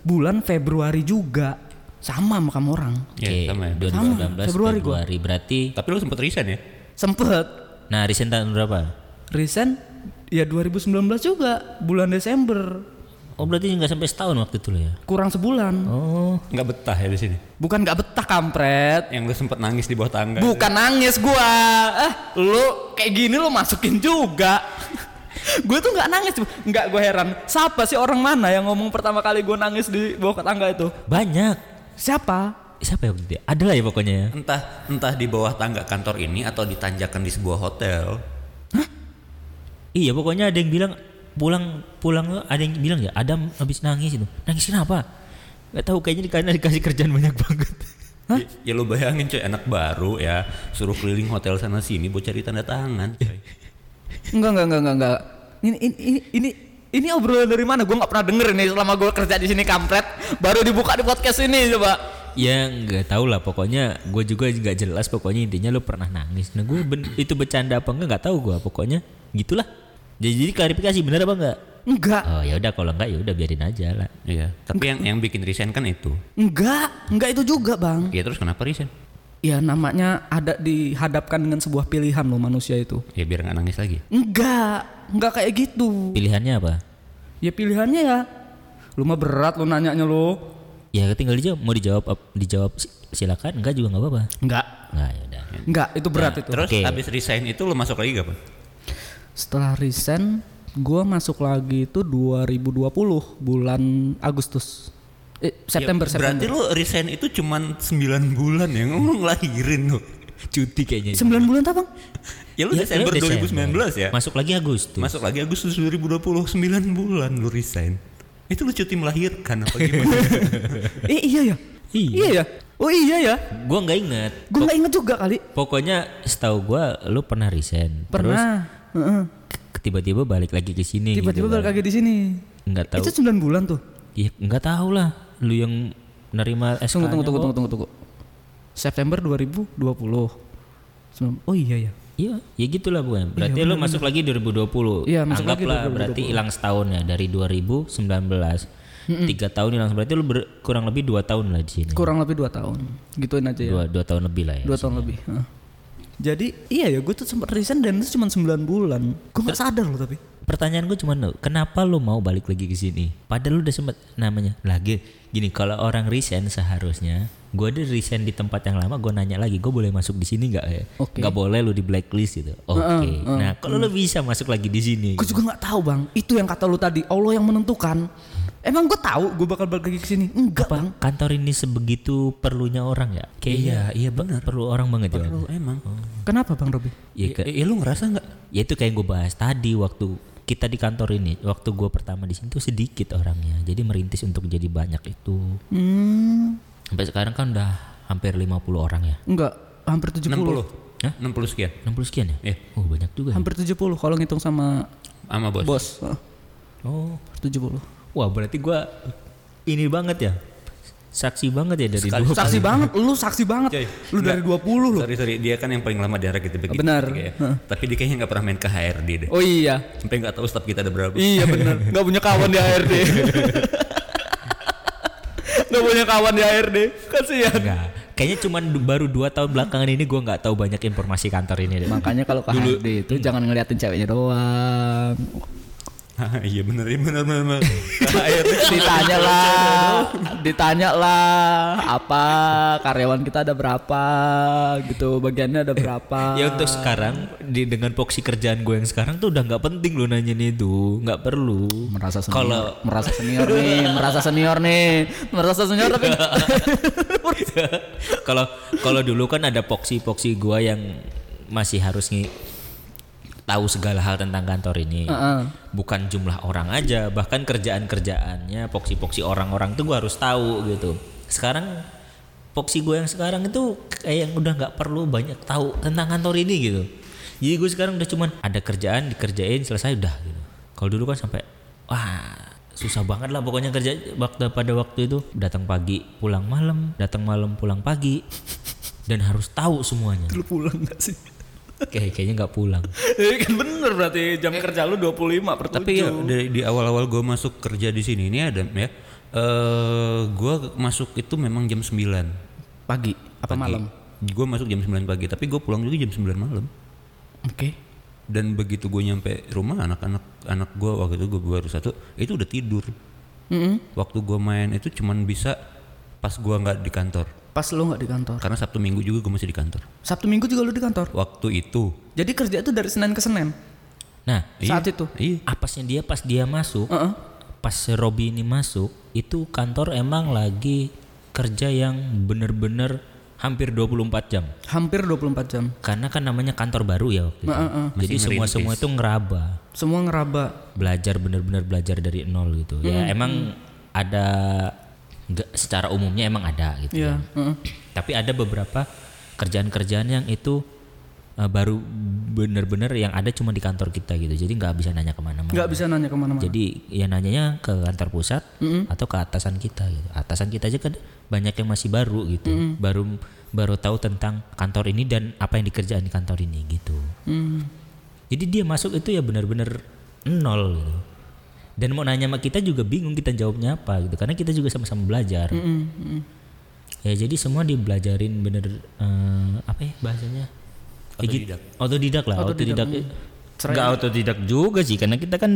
[SPEAKER 1] bulan Februari juga sama sama kamu orang.
[SPEAKER 3] Iya, sama ya.
[SPEAKER 2] 2019
[SPEAKER 1] Februari
[SPEAKER 2] Februari,
[SPEAKER 1] gua.
[SPEAKER 2] berarti.
[SPEAKER 3] tapi lu sempet resign ya
[SPEAKER 1] Sempet
[SPEAKER 2] Nah, recent tahun berapa?
[SPEAKER 1] resign ya 2019 juga bulan Desember
[SPEAKER 2] Oh, berarti nggak sampai setahun waktu itu lo ya.
[SPEAKER 1] kurang sebulan.
[SPEAKER 2] Oh.
[SPEAKER 3] nggak betah ya di sini
[SPEAKER 1] Bukan nggak betah kampret.
[SPEAKER 3] yang lu sempet nangis di bawah tangga
[SPEAKER 1] Bukan nangis gua. Ah, lu kayak gini lu masukin juga. gue tuh nggak nangis, nggak gue heran. Siapa sih orang mana yang ngomong pertama kali gue nangis di bawah tangga itu?
[SPEAKER 2] Banyak.
[SPEAKER 1] Siapa?
[SPEAKER 2] Siapa ya waktu itu? Ada lah ya pokoknya ya.
[SPEAKER 3] entah entah di bawah tangga kantor ini atau ditanjakan di sebuah hotel
[SPEAKER 2] Iya pokoknya ada yang bilang pulang pulang lo, ada yang bilang ya Adam habis nangis itu nangis kenapa nggak tahu kayaknya di- karena dikasih kerjaan banyak banget
[SPEAKER 3] Ya- ya lu bayangin coy anak baru ya suruh keliling hotel sana sini buat cari tanda tangan coy
[SPEAKER 1] Enggak, enggak, enggak, enggak, enggak. Ini ini ini ini, ini obrolan dari mana? Gue nggak pernah denger nih selama gue kerja di sini kampret. Baru dibuka di podcast ini coba.
[SPEAKER 2] ya nggak tahu lah pokoknya gue juga nggak jelas pokoknya intinya lo pernah nangis nah gue itu bercanda apa enggak nggak tahu gue pokoknya gitulah jadi, jadi klarifikasi benar apa enggak
[SPEAKER 1] Enggak,
[SPEAKER 2] oh ya udah kalau enggak ya udah biarin aja lah
[SPEAKER 3] Ya, iya tapi yang yang bikin resign kan itu
[SPEAKER 1] enggak, enggak itu juga bang.
[SPEAKER 3] ya terus kenapa resign
[SPEAKER 1] ya namanya ada dihadapkan dengan sebuah pilihan loh manusia itu.
[SPEAKER 3] Ya biar nggak nangis lagi.
[SPEAKER 1] Enggak, enggak kayak gitu.
[SPEAKER 2] Pilihannya apa?
[SPEAKER 1] Ya pilihannya ya. Lu mah berat lu nanyanya lo.
[SPEAKER 2] Ya tinggal dijawab, mau dijawab ap- dijawab si- silakan, enggak juga enggak apa-apa.
[SPEAKER 1] Enggak.
[SPEAKER 2] Enggak, ya udah.
[SPEAKER 1] Enggak, itu berat itu.
[SPEAKER 3] Terus
[SPEAKER 2] Oke.
[SPEAKER 3] habis resign itu lu masuk lagi kapan?
[SPEAKER 1] Setelah resign, gua masuk lagi itu 2020 bulan Agustus. Eh, September, September.
[SPEAKER 3] Ya, Berarti lu resign itu cuman 9 bulan ya. Lu ngelahirin lu.
[SPEAKER 2] Cuti kayaknya.
[SPEAKER 1] 9 bulan tak, Bang?
[SPEAKER 3] Ya lu
[SPEAKER 2] Ya,
[SPEAKER 3] Desember
[SPEAKER 2] lu
[SPEAKER 3] 2019 ya.
[SPEAKER 2] Masuk lagi Agustus.
[SPEAKER 3] Masuk lagi Agustus 2020 9 bulan lu resign. Itu lu cuti melahirkan apa gimana?
[SPEAKER 1] eh, iya ya.
[SPEAKER 2] Iya.
[SPEAKER 1] ya. Oh iya ya.
[SPEAKER 2] Gua nggak inget.
[SPEAKER 1] Gua nggak inget juga kali.
[SPEAKER 2] Pokoknya setahu gua lu pernah resign. Terus
[SPEAKER 1] Pernah. Heeh.
[SPEAKER 2] ke- tiba-tiba balik lagi ke sini.
[SPEAKER 1] Tiba-tiba
[SPEAKER 2] gitu
[SPEAKER 1] balik
[SPEAKER 2] kan.
[SPEAKER 1] lagi di sini.
[SPEAKER 2] Nggak tahu.
[SPEAKER 1] Itu 9 bulan tuh.
[SPEAKER 2] Ya nggak tahu lah. Lu yang nerima SK.
[SPEAKER 1] Eh, Tunggu, tunggu, tunggu, tunggu, tunggu, tunggu. September 2020. Sembilan- Oh iya ya.
[SPEAKER 2] Iya, ya gitulah bukan. Berarti lu masuk lagi 2020.
[SPEAKER 1] Iya, masuk lagi
[SPEAKER 2] Anggaplah berarti hilang setahun ya dari 2019. Tiga tahun hilang berarti lu ber- kurang lebih dua tahun lah di sini.
[SPEAKER 1] Kurang lebih 2 tahun. Gituin aja ya.
[SPEAKER 2] Dua, dua tahun lebih lah ya.
[SPEAKER 1] dua tahun lebih Heeh. Iya jadi iya ya gue tuh sempat resign dan itu cuma 9 bulan gue gak sadar loh tapi
[SPEAKER 2] Pertanyaan gue cuma kenapa lu mau balik lagi ke sini? Padahal lu udah sempet namanya lagi. Gini, kalau orang resign seharusnya gue ada resign di tempat yang lama, gue nanya lagi, gue boleh masuk di sini nggak ya?
[SPEAKER 1] Oke.
[SPEAKER 2] Nggak boleh lu di blacklist gitu. Oke. Nah, kalau lu bisa masuk lagi di sini,
[SPEAKER 1] gue juga nggak tahu bang itu yang kata lu tadi Allah yang menentukan emang gue tahu gue bakal balik lagi ke sini enggak bang
[SPEAKER 2] kantor ini sebegitu perlunya orang ya? Kayaknya iya, benar. Perlu orang banget ya.
[SPEAKER 3] lu emang.
[SPEAKER 1] kenapa bang Robi
[SPEAKER 2] Ya, ke-
[SPEAKER 3] Ya, ya lu ngerasa nggak?
[SPEAKER 2] ya itu kayak gue bahas tadi waktu kita di kantor ini, waktu gue pertama di sini tuh sedikit orangnya. Jadi merintis untuk jadi banyak itu.
[SPEAKER 1] hmm,
[SPEAKER 2] Sampai sekarang kan udah hampir 50 orang ya.
[SPEAKER 1] enggak hampir 70
[SPEAKER 3] 60. Hah? 60 sekian.
[SPEAKER 2] 60 sekian ya?
[SPEAKER 3] Iya.
[SPEAKER 2] Oh, banyak juga. ya.
[SPEAKER 1] hampir 70 kalau ngitung sama
[SPEAKER 3] Sama bos.
[SPEAKER 1] bos Heeh,
[SPEAKER 2] Oh.
[SPEAKER 1] 70
[SPEAKER 2] Wah, berarti gua ini banget ya. Saksi banget ya dari
[SPEAKER 3] Sekali-
[SPEAKER 2] dua
[SPEAKER 1] saksi banget lu saksi banget
[SPEAKER 3] Coy,
[SPEAKER 1] lu dari 20 lu
[SPEAKER 3] Sorry sorry, dia kan yang paling lama di RGTB gitu.
[SPEAKER 1] Benar.
[SPEAKER 3] Tiga ya. Tapi dia kayaknya nggak pernah main ke HRD deh.
[SPEAKER 1] oh iya
[SPEAKER 3] Sampai nggak tahu staff kita ada berapa.
[SPEAKER 1] Iya benar, nggak punya kawan di ARD. Nggak punya kawan di ARD, kasihan.
[SPEAKER 2] Enggak. Kayaknya cuman du- baru dua tahun belakangan ini gua nggak tahu banyak informasi kantor ini deh.
[SPEAKER 1] Makanya kalau ke HRD itu jangan ngeliatin ceweknya doang.
[SPEAKER 3] Hah, iya bener, iya bener, bener, bener. Ke HRD.
[SPEAKER 1] ditanya lah, ditanya lah, apa karyawan kita ada berapa, gitu bagiannya ada berapa.
[SPEAKER 2] Ya untuk sekarang di dengan poksi kerjaan gue yang sekarang tuh udah nggak penting lo nanyain itu, nggak perlu.
[SPEAKER 1] merasa senior,
[SPEAKER 2] Kalau-
[SPEAKER 1] merasa senior nih, merasa senior nih, merasa senior tapi
[SPEAKER 2] Kalau kalau dulu kan ada poksi-poksi gue yang masih harus ngi tahu segala hal tentang kantor ini. Bukan jumlah orang aja, bahkan kerjaan-kerjaannya, poksi-poksi orang-orang tuh gue harus tahu gitu. Sekarang poksi gue yang sekarang itu kayak yang udah nggak perlu banyak tahu tentang kantor ini gitu. Jadi gue sekarang udah cuman ada kerjaan dikerjain selesai udah gitu. Kalau dulu kan sampai wah susah banget lah pokoknya kerja waktu pada waktu itu datang pagi pulang malam datang malam pulang pagi dan harus tahu semuanya
[SPEAKER 1] lu pulang gak sih?
[SPEAKER 2] kayak kayaknya nggak pulang
[SPEAKER 1] kan bener berarti jam kerja lu 25 per
[SPEAKER 3] Tapi ya dari di awal-awal gue masuk kerja di sini ini ada ya. Eh gue masuk itu memang jam 9
[SPEAKER 1] pagi apa malam?
[SPEAKER 3] Gue masuk jam 9 pagi, tapi gue pulang juga jam 9 malam.
[SPEAKER 1] Oke.
[SPEAKER 3] Dan begitu gue nyampe rumah anak-anak anak gue waktu itu gue baru satu itu udah tidur. Waktu gue main itu cuman bisa pas gue nggak di kantor.
[SPEAKER 1] Pas lu nggak di kantor.
[SPEAKER 3] Karena Sabtu Minggu juga gue masih di kantor.
[SPEAKER 1] Sabtu Minggu juga lu di kantor.
[SPEAKER 3] Waktu itu.
[SPEAKER 1] Jadi kerja itu dari Senin ke Senin.
[SPEAKER 2] nah
[SPEAKER 1] Saat itu.
[SPEAKER 3] Iya.
[SPEAKER 2] apasnya dia pas dia masuk pas si Robi ini masuk itu kantor emang lagi kerja yang bener-bener hampir 24 jam
[SPEAKER 1] Hampir 24 jam.
[SPEAKER 2] karena kan namanya kantor baru ya waktu itu jadi semua semua itu ngeraba
[SPEAKER 1] Semua ngeraba.
[SPEAKER 2] belajar bener-bener belajar dari nol gitu
[SPEAKER 1] Hmm,
[SPEAKER 2] ya emang ada nggak- secara umumnya emang ada gitu
[SPEAKER 1] Iya. heeh.
[SPEAKER 2] tapi ada beberapa kerjaan-kerjaan yang itu eh, baru bener-bener yang ada cuma di kantor kita gitu jadi nggak bisa nanya kemana-mana
[SPEAKER 1] Nggak bisa nanya kemana-mana.
[SPEAKER 2] jadi ya nanyanya ke kantor pusat atau ke atasan kita gitu. Atasan kita aja kan banyak yang masih baru gitu. Baru baru tahu tentang kantor ini dan apa yang dikerjain di kantor ini gitu.
[SPEAKER 1] Hmm.
[SPEAKER 2] Jadi dia masuk itu ya benar-benar nol gitu.
[SPEAKER 1] Mm.
[SPEAKER 2] Dan mau nanya sama kita juga bingung kita jawabnya apa gitu. Karena kita juga sama-sama belajar.
[SPEAKER 1] Mm-mm, mm-mm.
[SPEAKER 2] ya jadi semua dibelajarin bener eh, apa ya bahasanya
[SPEAKER 3] Otodidak.
[SPEAKER 2] Kayak gitu. otodidak lah
[SPEAKER 1] Otodidak,
[SPEAKER 2] otodidak,
[SPEAKER 1] iya. Try
[SPEAKER 2] nggak otodidak juga sih karena kita kan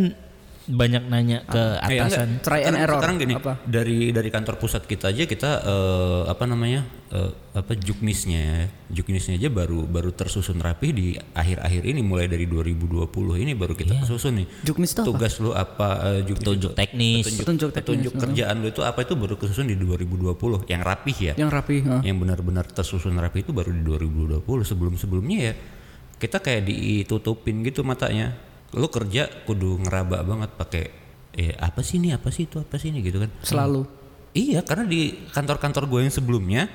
[SPEAKER 2] banyak nanya ke
[SPEAKER 3] Iya,
[SPEAKER 2] atasan
[SPEAKER 3] enggak.
[SPEAKER 1] Try and
[SPEAKER 3] Sekarang-
[SPEAKER 1] error.
[SPEAKER 3] Sekarang gini,
[SPEAKER 1] Apa?
[SPEAKER 3] dari dari kantor pusat kita aja kita eh, apa namanya eh, apa juknisnya ya. juknisnya aja baru baru tersusun rapi di akhir-akhir ini mulai dari 2020 ini baru kita susun nih.
[SPEAKER 1] Juknis itu Iya. apa?
[SPEAKER 3] Tugas lu apa eh, juknis
[SPEAKER 2] tunjuk teknis
[SPEAKER 1] Petunjuk teknis.
[SPEAKER 3] petunjuk kerjaan lu itu apa itu baru kesusun di 2020 yang rapih ya.
[SPEAKER 1] Yang rapi.
[SPEAKER 2] Iya.
[SPEAKER 1] heeh.
[SPEAKER 3] yang benar-benar tersusun rapi itu baru di 2020 sebelum-sebelumnya ya kita kayak ditutupin gitu matanya lu kerja kudu ngeraba banget pakai eh apa sih ini apa sih itu apa sih ini gitu kan
[SPEAKER 1] Selalu.
[SPEAKER 3] iya karena di kantor-kantor gue yang sebelumnya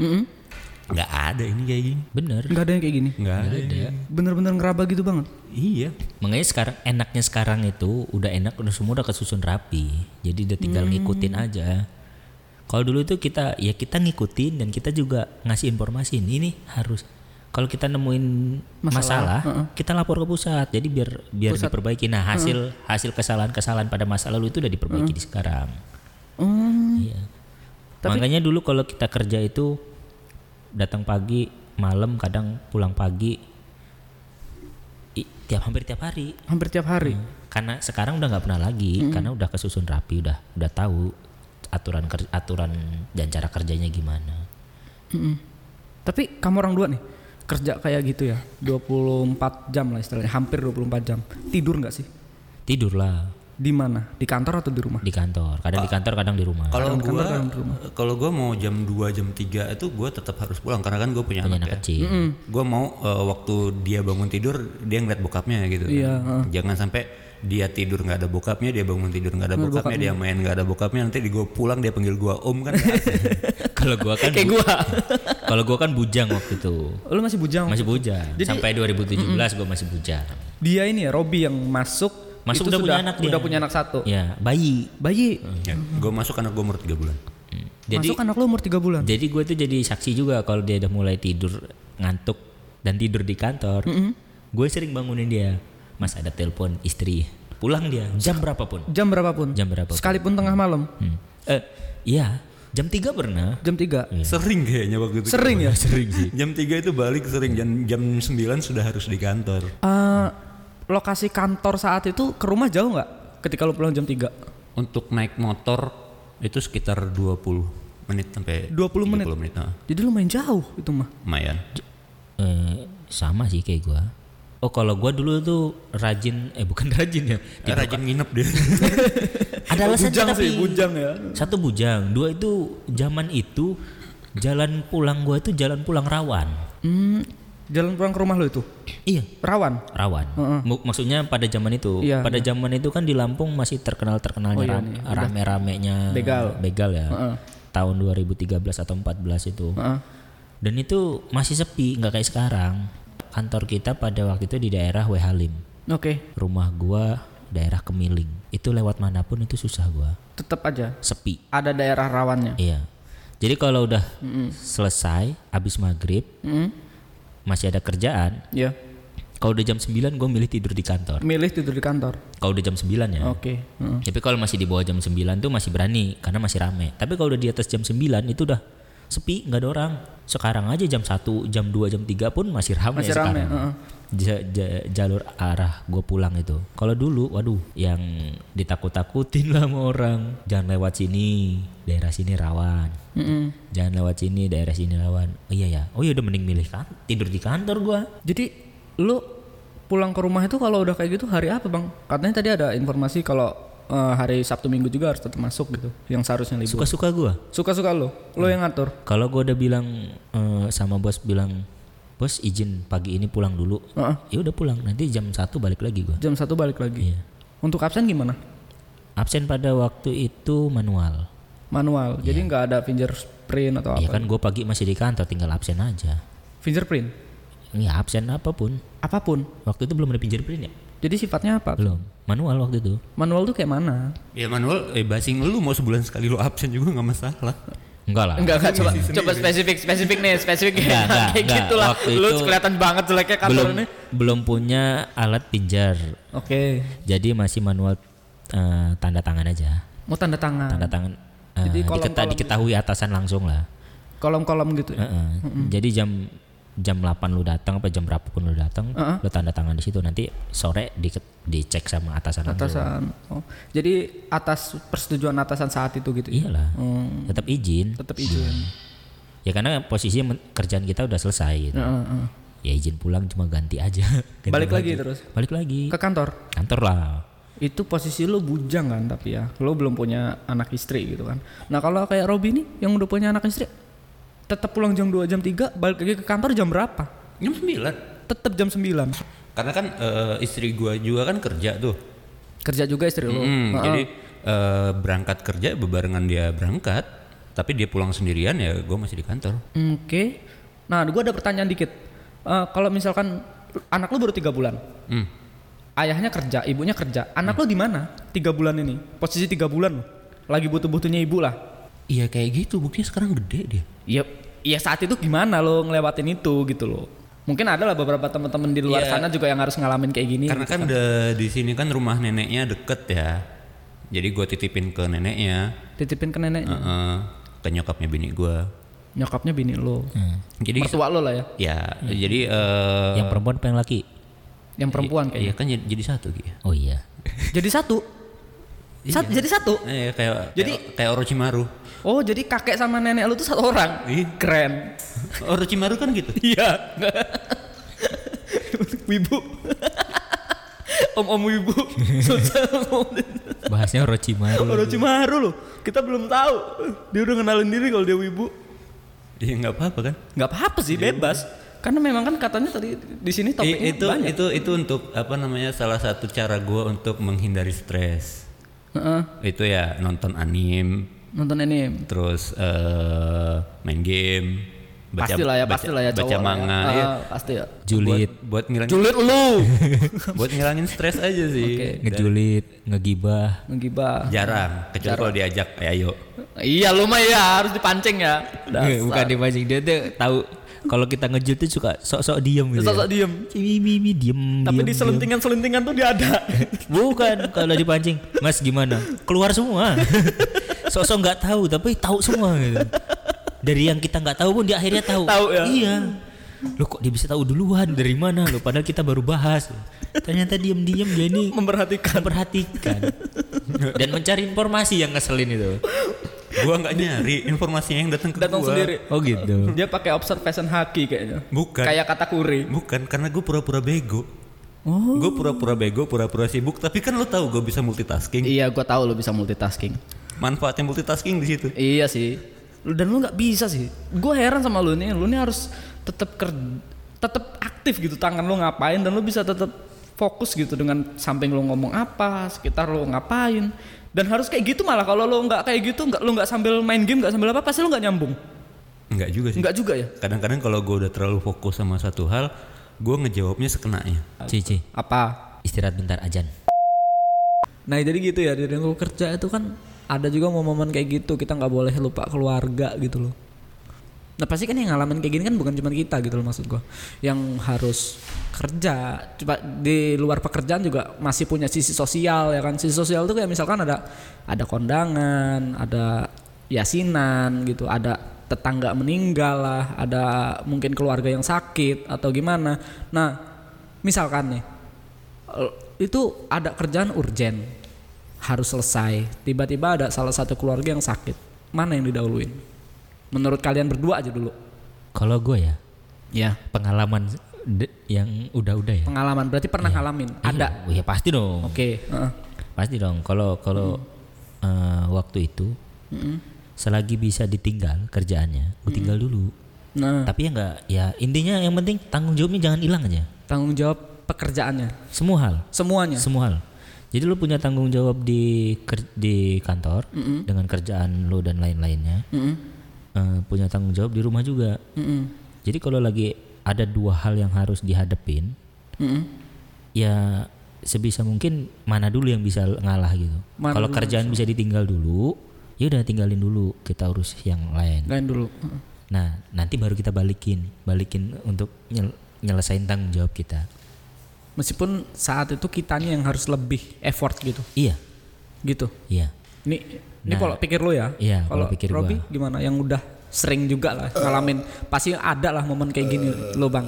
[SPEAKER 3] nggak ada ini kayak gini
[SPEAKER 2] bener
[SPEAKER 1] Enggak ada yang kayak gini.
[SPEAKER 3] nggak ada,
[SPEAKER 1] Bener-bener ngeraba gitu banget.
[SPEAKER 3] iya
[SPEAKER 2] makanya sekarang enaknya sekarang itu udah enak udah semua udah kesusun rapi jadi udah tinggal ngikutin aja kalau dulu itu kita ya kita ngikutin dan kita juga ngasih informasi ini nih harus kalau kita nemuin masalah, kita lapor ke pusat jadi biar biar diperbaiki nah hasil hasil kesalahan-kesalahan pada masa lalu itu udah diperbaiki di sekarang Iya. Makanya dulu kalau kita kerja itu datang pagi, malam kadang pulang pagi. I- tiap hampir tiap hari.
[SPEAKER 1] Hampir tiap hari.
[SPEAKER 2] Iya. Karena sekarang udah nggak pernah lagi, karena udah kesusun rapi, udah udah tahu aturan ker- aturan dan cara kerjanya gimana.
[SPEAKER 1] Mm-mm. Tapi kamu orang dua nih kerja kayak gitu ya 24 jam lah istilahnya hampir 24 jam tidur nggak sih
[SPEAKER 2] Tidurlah
[SPEAKER 1] di mana di kantor atau di rumah
[SPEAKER 2] di kantor, kadang di kantor, kadang di rumah.
[SPEAKER 3] kalau gue kalau gue mau jam 2 jam 3 itu gue tetap harus pulang karena kan gue punya
[SPEAKER 2] Punya
[SPEAKER 3] anak ya
[SPEAKER 2] anak kecil.
[SPEAKER 3] gue mau eh, waktu dia bangun tidur dia ngeliat bokapnya gitu kan.
[SPEAKER 1] Iya,
[SPEAKER 3] jangan sampai dia tidur nggak ada bokapnya dia bangun tidur nggak ada bokapnya, dia main nggak ada bokapnya nanti di gue pulang dia panggil gue om kan nggak asik.
[SPEAKER 2] kalau gua kan bu- Kalau gua kan bujang waktu itu.
[SPEAKER 1] lu masih bujang
[SPEAKER 2] Masih bujang. Sampai 2017 gua masih bujang.
[SPEAKER 1] dia ini ya Robi yang masuk
[SPEAKER 2] Masuk
[SPEAKER 1] itu
[SPEAKER 2] udah punya
[SPEAKER 1] sudah-
[SPEAKER 2] anak dia.
[SPEAKER 1] udah punya anak satu
[SPEAKER 2] Ya, bayi.
[SPEAKER 1] bayi
[SPEAKER 3] ya, gue masuk anak gue umur 3 bulan
[SPEAKER 2] Jadi
[SPEAKER 1] masuk anak lu umur 3 bulan
[SPEAKER 2] jadi gue tuh jadi saksi juga kalau dia udah mulai tidur ngantuk dan tidur di kantor. Gue sering bangunin dia. Mas ada telepon istri. Pulang dia jam berapapun.
[SPEAKER 1] jam berapapun
[SPEAKER 2] Jam berapapun.
[SPEAKER 1] sekalipun tengah malam
[SPEAKER 2] Hmm. Eh, iya, jam 3 pernah.
[SPEAKER 1] jam 3
[SPEAKER 3] sering kayaknya waktu itu
[SPEAKER 1] sering ya
[SPEAKER 2] Iya. Sering sih.
[SPEAKER 3] jam 3 itu balik sering jam jam 9 sudah harus di kantor
[SPEAKER 1] Eh, lokasi kantor saat itu ke rumah jauh nggak ketika lu pulang jam 3
[SPEAKER 3] untuk naik motor itu sekitar 20 menit sampai
[SPEAKER 1] 20 menit?
[SPEAKER 3] 30 menit nah,
[SPEAKER 1] jadi lumayan jauh itu mah
[SPEAKER 3] lumayan
[SPEAKER 2] Eh, sama sih kayak gue. Oh kalau gue dulu tuh rajin, eh bukan rajin ya.
[SPEAKER 3] Eh, rajin nginep dia
[SPEAKER 2] Ada alasannya
[SPEAKER 1] bujang
[SPEAKER 2] tapi.
[SPEAKER 1] sih bujang ya
[SPEAKER 2] Satu bujang, dua itu zaman itu jalan pulang gua itu jalan pulang rawan.
[SPEAKER 1] Hmm, jalan pulang ke rumah lo itu
[SPEAKER 2] Iya,
[SPEAKER 1] rawan.
[SPEAKER 2] rawan. Mu- Maksudnya pada zaman itu,
[SPEAKER 1] Iya,
[SPEAKER 2] pada zaman itu kan di Lampung masih terkenal terkenalnya rame-ramenya
[SPEAKER 1] Begal.
[SPEAKER 2] ya. Tahun 2013 atau 14 itu.
[SPEAKER 1] Heeh.
[SPEAKER 2] Dan itu masih sepi, nggak kayak sekarang. Kantor kita pada waktu itu di daerah W Halim.
[SPEAKER 1] Oke,
[SPEAKER 2] Rumah gua daerah Kemiling. Itu lewat manapun itu susah gua.
[SPEAKER 1] tetap aja
[SPEAKER 2] Sepi.
[SPEAKER 1] ada daerah rawannya.
[SPEAKER 2] Iya. Jadi kalau udah selesai habis maghrib
[SPEAKER 1] Mm,
[SPEAKER 2] masih ada kerjaan,
[SPEAKER 1] ya,
[SPEAKER 2] kalau udah jam 9 gue milih tidur di kantor.
[SPEAKER 1] milih tidur di kantor.
[SPEAKER 2] Kalau udah jam 9 ya.
[SPEAKER 1] Oke. heeh.
[SPEAKER 2] Tapi kalau masih di bawah jam 9 tuh masih berani karena masih rame. Tapi kalau udah di atas jam 9 itu udah sepi, nggak ada orang. Sekarang aja jam 1, jam 2, jam 3 pun masih rame
[SPEAKER 1] Masih rame,
[SPEAKER 2] sekarang.
[SPEAKER 1] heeh.
[SPEAKER 2] Ja- ja- jalur arah gue pulang itu. Kalau dulu, waduh, yang ditakut-takutin lah sama orang. Jangan lewat sini, daerah sini rawan.
[SPEAKER 1] Mm-mm.
[SPEAKER 2] Jangan lewat sini, daerah sini rawan. Oh iya ya. Oh iya udah mending milih kan tidur di kantor gua.
[SPEAKER 1] Jadi lu pulang ke rumah itu kalau udah kayak gitu hari apa bang? Katanya tadi ada informasi kalau eh, hari Sabtu Minggu juga harus tetap masuk gitu, yang seharusnya libur.
[SPEAKER 2] Suka-suka gua.
[SPEAKER 1] Suka-suka lo, lo
[SPEAKER 2] Iya.
[SPEAKER 1] yang ngatur.
[SPEAKER 2] Kalau gua udah bilang eh, sama bos bilang, "Bos, izin pagi ini pulang dulu."
[SPEAKER 1] Heeh.
[SPEAKER 2] Ya udah pulang. Nanti jam 1 balik lagi gua.
[SPEAKER 1] Jam satu balik lagi.
[SPEAKER 2] Iya.
[SPEAKER 1] Untuk absen gimana?
[SPEAKER 2] Absen pada waktu itu manual.
[SPEAKER 1] Manual. Jadi nggak ada fingerprint atau
[SPEAKER 2] Ya
[SPEAKER 1] apa?
[SPEAKER 2] Iya. kan gua pagi masih di kantor, tinggal absen aja.
[SPEAKER 1] Fingerprint.
[SPEAKER 2] Ya absen apapun.
[SPEAKER 1] Apapun.
[SPEAKER 2] Waktu itu belum ada fingerprint ya?
[SPEAKER 1] Jadi sifatnya apa?
[SPEAKER 2] Belum. Manual waktu itu.
[SPEAKER 1] Manual tuh kayak mana?
[SPEAKER 3] ya Manuel eh basing lu mau sebulan sekali lu absen juga nggak masalah
[SPEAKER 2] Enggak lah.
[SPEAKER 1] Enggak, enggak coba coba spesifik spesifik nih spesifik
[SPEAKER 2] Enggak, enggak,
[SPEAKER 1] kayak
[SPEAKER 2] enggak.
[SPEAKER 1] gitulah
[SPEAKER 2] Waktu
[SPEAKER 1] lu
[SPEAKER 2] itu
[SPEAKER 1] kelihatan banget jeleknya kantor
[SPEAKER 2] belum
[SPEAKER 1] ini
[SPEAKER 2] belum punya alat pinjar.
[SPEAKER 1] oke
[SPEAKER 2] Jadi masih manual eh, tanda tangan aja.
[SPEAKER 1] mau tanda tangan
[SPEAKER 2] Tanda tangan eh,
[SPEAKER 1] Hmm. Jadi kolom-
[SPEAKER 2] diketa-
[SPEAKER 1] kolom-
[SPEAKER 2] diketahui atasan langsung lah.
[SPEAKER 1] kolom-kolom gitu. ya?
[SPEAKER 2] Heeh. Jadi jam jam 8 lu datang apa jam berapa pun lu datang, lu tanda tangan di situ nanti sore di, dicek sama atasan. lu.
[SPEAKER 1] Atasan. Oh. Jadi atas persetujuan atasan saat itu gitu. ya?
[SPEAKER 2] Iyalah. Tetap izin.
[SPEAKER 1] Tetap izin.
[SPEAKER 2] Ya karena posisinya men- kerjaan kita udah selesai gitu.
[SPEAKER 1] Heeh, heeh.
[SPEAKER 2] Ya izin pulang cuma ganti aja. Ganti
[SPEAKER 1] Balik lagi terus
[SPEAKER 2] Balik lagi.
[SPEAKER 1] ke kantor.
[SPEAKER 2] Kantor lah.
[SPEAKER 1] Itu posisi lu bujang kan tapi ya. Lu belum punya anak istri gitu kan. Nah, kalau kayak Robby nih yang udah punya anak istri tetap pulang jam 2 jam 3 balik lagi ke kantor jam berapa?
[SPEAKER 3] Jam 9.
[SPEAKER 1] Tetap jam 9.
[SPEAKER 3] Karena kan eh, istri gua juga kan kerja tuh.
[SPEAKER 1] Kerja juga istri lu.
[SPEAKER 3] Mm,
[SPEAKER 1] Heeh.
[SPEAKER 3] Jadi eh, berangkat kerja bebarengan dia berangkat, tapi dia pulang sendirian ya gua masih di kantor.
[SPEAKER 1] Oke. Nah, gue ada pertanyaan dikit. Eh, kalau misalkan anak lu baru tiga bulan,
[SPEAKER 3] Hmm.
[SPEAKER 1] ayahnya kerja, ibunya kerja, anak lu di mana? Tiga bulan ini, posisi tiga bulan, loh. lagi butuh-butuhnya ibu lah.
[SPEAKER 3] Iya kayak gitu, buktinya sekarang gede dia.
[SPEAKER 1] Iya, iya saat itu gimana lo ngelewatin itu gitu loh. Mungkin ada lah beberapa teman-teman di luar sana juga yang harus ngalamin kayak gini.
[SPEAKER 3] Karena kan de- di sini kan rumah neneknya deket ya. Jadi gua titipin ke neneknya,
[SPEAKER 1] Titipin ke neneknya,
[SPEAKER 3] eh, ke nyokapnya bini gua.
[SPEAKER 1] nyokapnya bini lo,
[SPEAKER 3] Jadi
[SPEAKER 1] mertua lo lah ya,
[SPEAKER 3] ya, jadi eh,
[SPEAKER 2] Nah, yang perempuan pengen laki.
[SPEAKER 1] yang perempuan kayaknya.
[SPEAKER 3] Iya kan jadi, jadi satu gitu. ya.
[SPEAKER 2] Oh iya.
[SPEAKER 1] Jadi satu, Sat- jadi satu.
[SPEAKER 3] Eh, kayak jadi
[SPEAKER 1] Jadi-
[SPEAKER 3] kayak, Orochimaru.
[SPEAKER 1] Iya. Oh jadi kakek sama nenek lu tuh satu orang.
[SPEAKER 3] Ih.
[SPEAKER 1] Keren.
[SPEAKER 3] Orochimaru kan gitu.
[SPEAKER 1] Iya. wibu. Om-om wibu. Susah ngomong.
[SPEAKER 2] Bahasnya Orochimaru.
[SPEAKER 1] Orochimaru loh. Kita belum tahu. Dia udah ngenalin diri kalau dia wibu.
[SPEAKER 3] Iya nggak apa-apa kan?
[SPEAKER 1] Nggak apa-apa sih, bebas. Karena memang kan katanya tadi di sini topiknya
[SPEAKER 3] I- itu
[SPEAKER 1] banyak.
[SPEAKER 3] itu itu untuk apa namanya salah satu cara gua untuk menghindari stres.
[SPEAKER 1] Heeh,
[SPEAKER 3] Itu ya nonton anime,
[SPEAKER 1] nonton anime.
[SPEAKER 3] terus eh, main game,
[SPEAKER 1] pastilah ya,
[SPEAKER 3] baca-
[SPEAKER 1] pastilah ya
[SPEAKER 3] baca
[SPEAKER 1] cowok.
[SPEAKER 3] manga.
[SPEAKER 1] ya.
[SPEAKER 3] iya.
[SPEAKER 1] Ah, pasti ya.
[SPEAKER 2] Julid.
[SPEAKER 3] Buat, buat ngilangin
[SPEAKER 1] Julit lu.
[SPEAKER 3] buat ngilangin stres aja sih.
[SPEAKER 1] Oke.
[SPEAKER 2] Ngejulit, ngegibah.
[SPEAKER 1] Menggibah.
[SPEAKER 3] Jarang, kecuali kalau diajak, ya ayo.
[SPEAKER 1] Iya, lu mah ya harus dipancing ya.
[SPEAKER 2] Nggak, bukan dipancing dia tuh tahu kalau kita ngejut tuh suka sok-sok diem gitu.
[SPEAKER 1] Sosok
[SPEAKER 2] ya.
[SPEAKER 1] diem.
[SPEAKER 2] Ih, mi, mi, diem.
[SPEAKER 1] Tapi
[SPEAKER 2] diem,
[SPEAKER 1] di selentingan-selentingan tuh dia ada.
[SPEAKER 2] diem. Bukan kalau dipancing, Mas gimana? Keluar semua. sok-sok nggak tahu tapi tahu semua gitu. Dari yang kita nggak tahu pun dia akhirnya tahu.
[SPEAKER 1] Tahu ya.
[SPEAKER 2] Iya. Lo kok dia bisa tahu duluan dari mana lo? Padahal kita baru bahas. Ternyata diem-diem dia ini
[SPEAKER 1] Memperhatikan.
[SPEAKER 2] memperhatikan dan mencari informasi yang ngeselin itu.
[SPEAKER 3] Gua nggak nyari informasinya yang datang ke
[SPEAKER 1] Datang
[SPEAKER 3] gua.
[SPEAKER 1] sendiri.
[SPEAKER 2] Oh gitu.
[SPEAKER 1] Dia pakai observation haki kayaknya.
[SPEAKER 3] Bukan.
[SPEAKER 1] Kayak kata kuri.
[SPEAKER 3] Bukan, karena gue pura-pura bego.
[SPEAKER 1] Oh.
[SPEAKER 3] Gue pura-pura bego, pura-pura sibuk. Tapi kan lo tahu gue bisa multitasking.
[SPEAKER 1] Iya, gua tahu lo bisa multitasking.
[SPEAKER 3] Manfaatnya multitasking di situ.
[SPEAKER 1] Iya sih. Lu- Dan lu nggak bisa sih. Gue heran sama lu nih. Lu nih harus tetap ker, tetap aktif gitu tangan lu ngapain dan lu bisa tetap fokus gitu dengan samping lu ngomong apa, sekitar lu ngapain. Dan harus kayak gitu malah kalau lu nggak kayak gitu, nggak lu nggak sambil main game, nggak sambil apa, pasti lu nggak nyambung.
[SPEAKER 3] Enggak juga sih.
[SPEAKER 1] Nggak juga ya?
[SPEAKER 3] Kadang-kadang kalau gue udah terlalu fokus sama satu hal, gue ngejawabnya sekenanya.
[SPEAKER 2] Cici,
[SPEAKER 1] Apa?
[SPEAKER 2] istirahat bentar ajan.
[SPEAKER 1] Nah jadi gitu ya dari lingkup kerja itu kan ada juga momen-momen kayak gitu kita nggak boleh lupa keluarga gitu loh. Nah pasti kan yang ngalamin kayak gini kan bukan cuma kita gitu loh maksud gua yang harus kerja coba di luar pekerjaan juga masih punya sisi sosial ya kan sisi sosial tuh kayak misalkan ada ada kondangan ada yasinan gitu ada tetangga meninggal lah ada mungkin keluarga yang sakit atau gimana nah misalkan nih L- itu ada kerjaan urgent harus selesai tiba-tiba ada salah satu keluarga yang sakit mana yang didahuluin menurut kalian berdua aja dulu
[SPEAKER 2] Kalau gue ya,
[SPEAKER 1] ya
[SPEAKER 2] pengalaman de- yang udah-udah ya.
[SPEAKER 1] pengalaman berarti pernah ngalamin ada
[SPEAKER 2] Iya, ya pasti dong.
[SPEAKER 1] oke heeh.
[SPEAKER 2] Pasti dong. Kalau kalau eh, waktu itu selagi bisa ditinggal kerjaannya, gue tinggal dulu.
[SPEAKER 1] nah
[SPEAKER 2] Tapi ya enggak ya intinya yang penting tanggung jawabnya jangan hilang aja.
[SPEAKER 1] tanggung jawab pekerjaannya
[SPEAKER 2] Semua hal.
[SPEAKER 1] semuanya
[SPEAKER 2] Semua hal. Jadi lu punya tanggung jawab di ker- di kantor dengan kerjaan lu dan lain-lainnya.
[SPEAKER 1] Mm-mm.
[SPEAKER 2] Eh, punya tanggung jawab di rumah juga.
[SPEAKER 1] Mm-mm.
[SPEAKER 2] Jadi kalau lagi ada dua hal yang harus dihadapin,
[SPEAKER 1] Mm-mm.
[SPEAKER 2] ya sebisa mungkin mana dulu yang bisa ngalah gitu.
[SPEAKER 1] Mana
[SPEAKER 2] Kalau
[SPEAKER 1] dulu
[SPEAKER 2] kerjaan bisa ditinggal dulu, ya udah tinggalin dulu, kita urus yang lain.
[SPEAKER 1] lain dulu Heeh.
[SPEAKER 2] Nah, nanti baru kita balikin, balikin untuk nyel- nyelesain tanggung jawab kita.
[SPEAKER 1] meskipun saat itu kitanya yang harus lebih effort gitu
[SPEAKER 2] Iya,
[SPEAKER 1] gitu
[SPEAKER 2] iya.
[SPEAKER 1] ini ini kalau pikir lu ya
[SPEAKER 2] Iya,
[SPEAKER 1] kalau
[SPEAKER 2] pola pikir
[SPEAKER 1] Robby
[SPEAKER 2] gua.
[SPEAKER 1] gimana yang udah sering juga lah ngalamin pasti ada lah momen kayak gini lo bang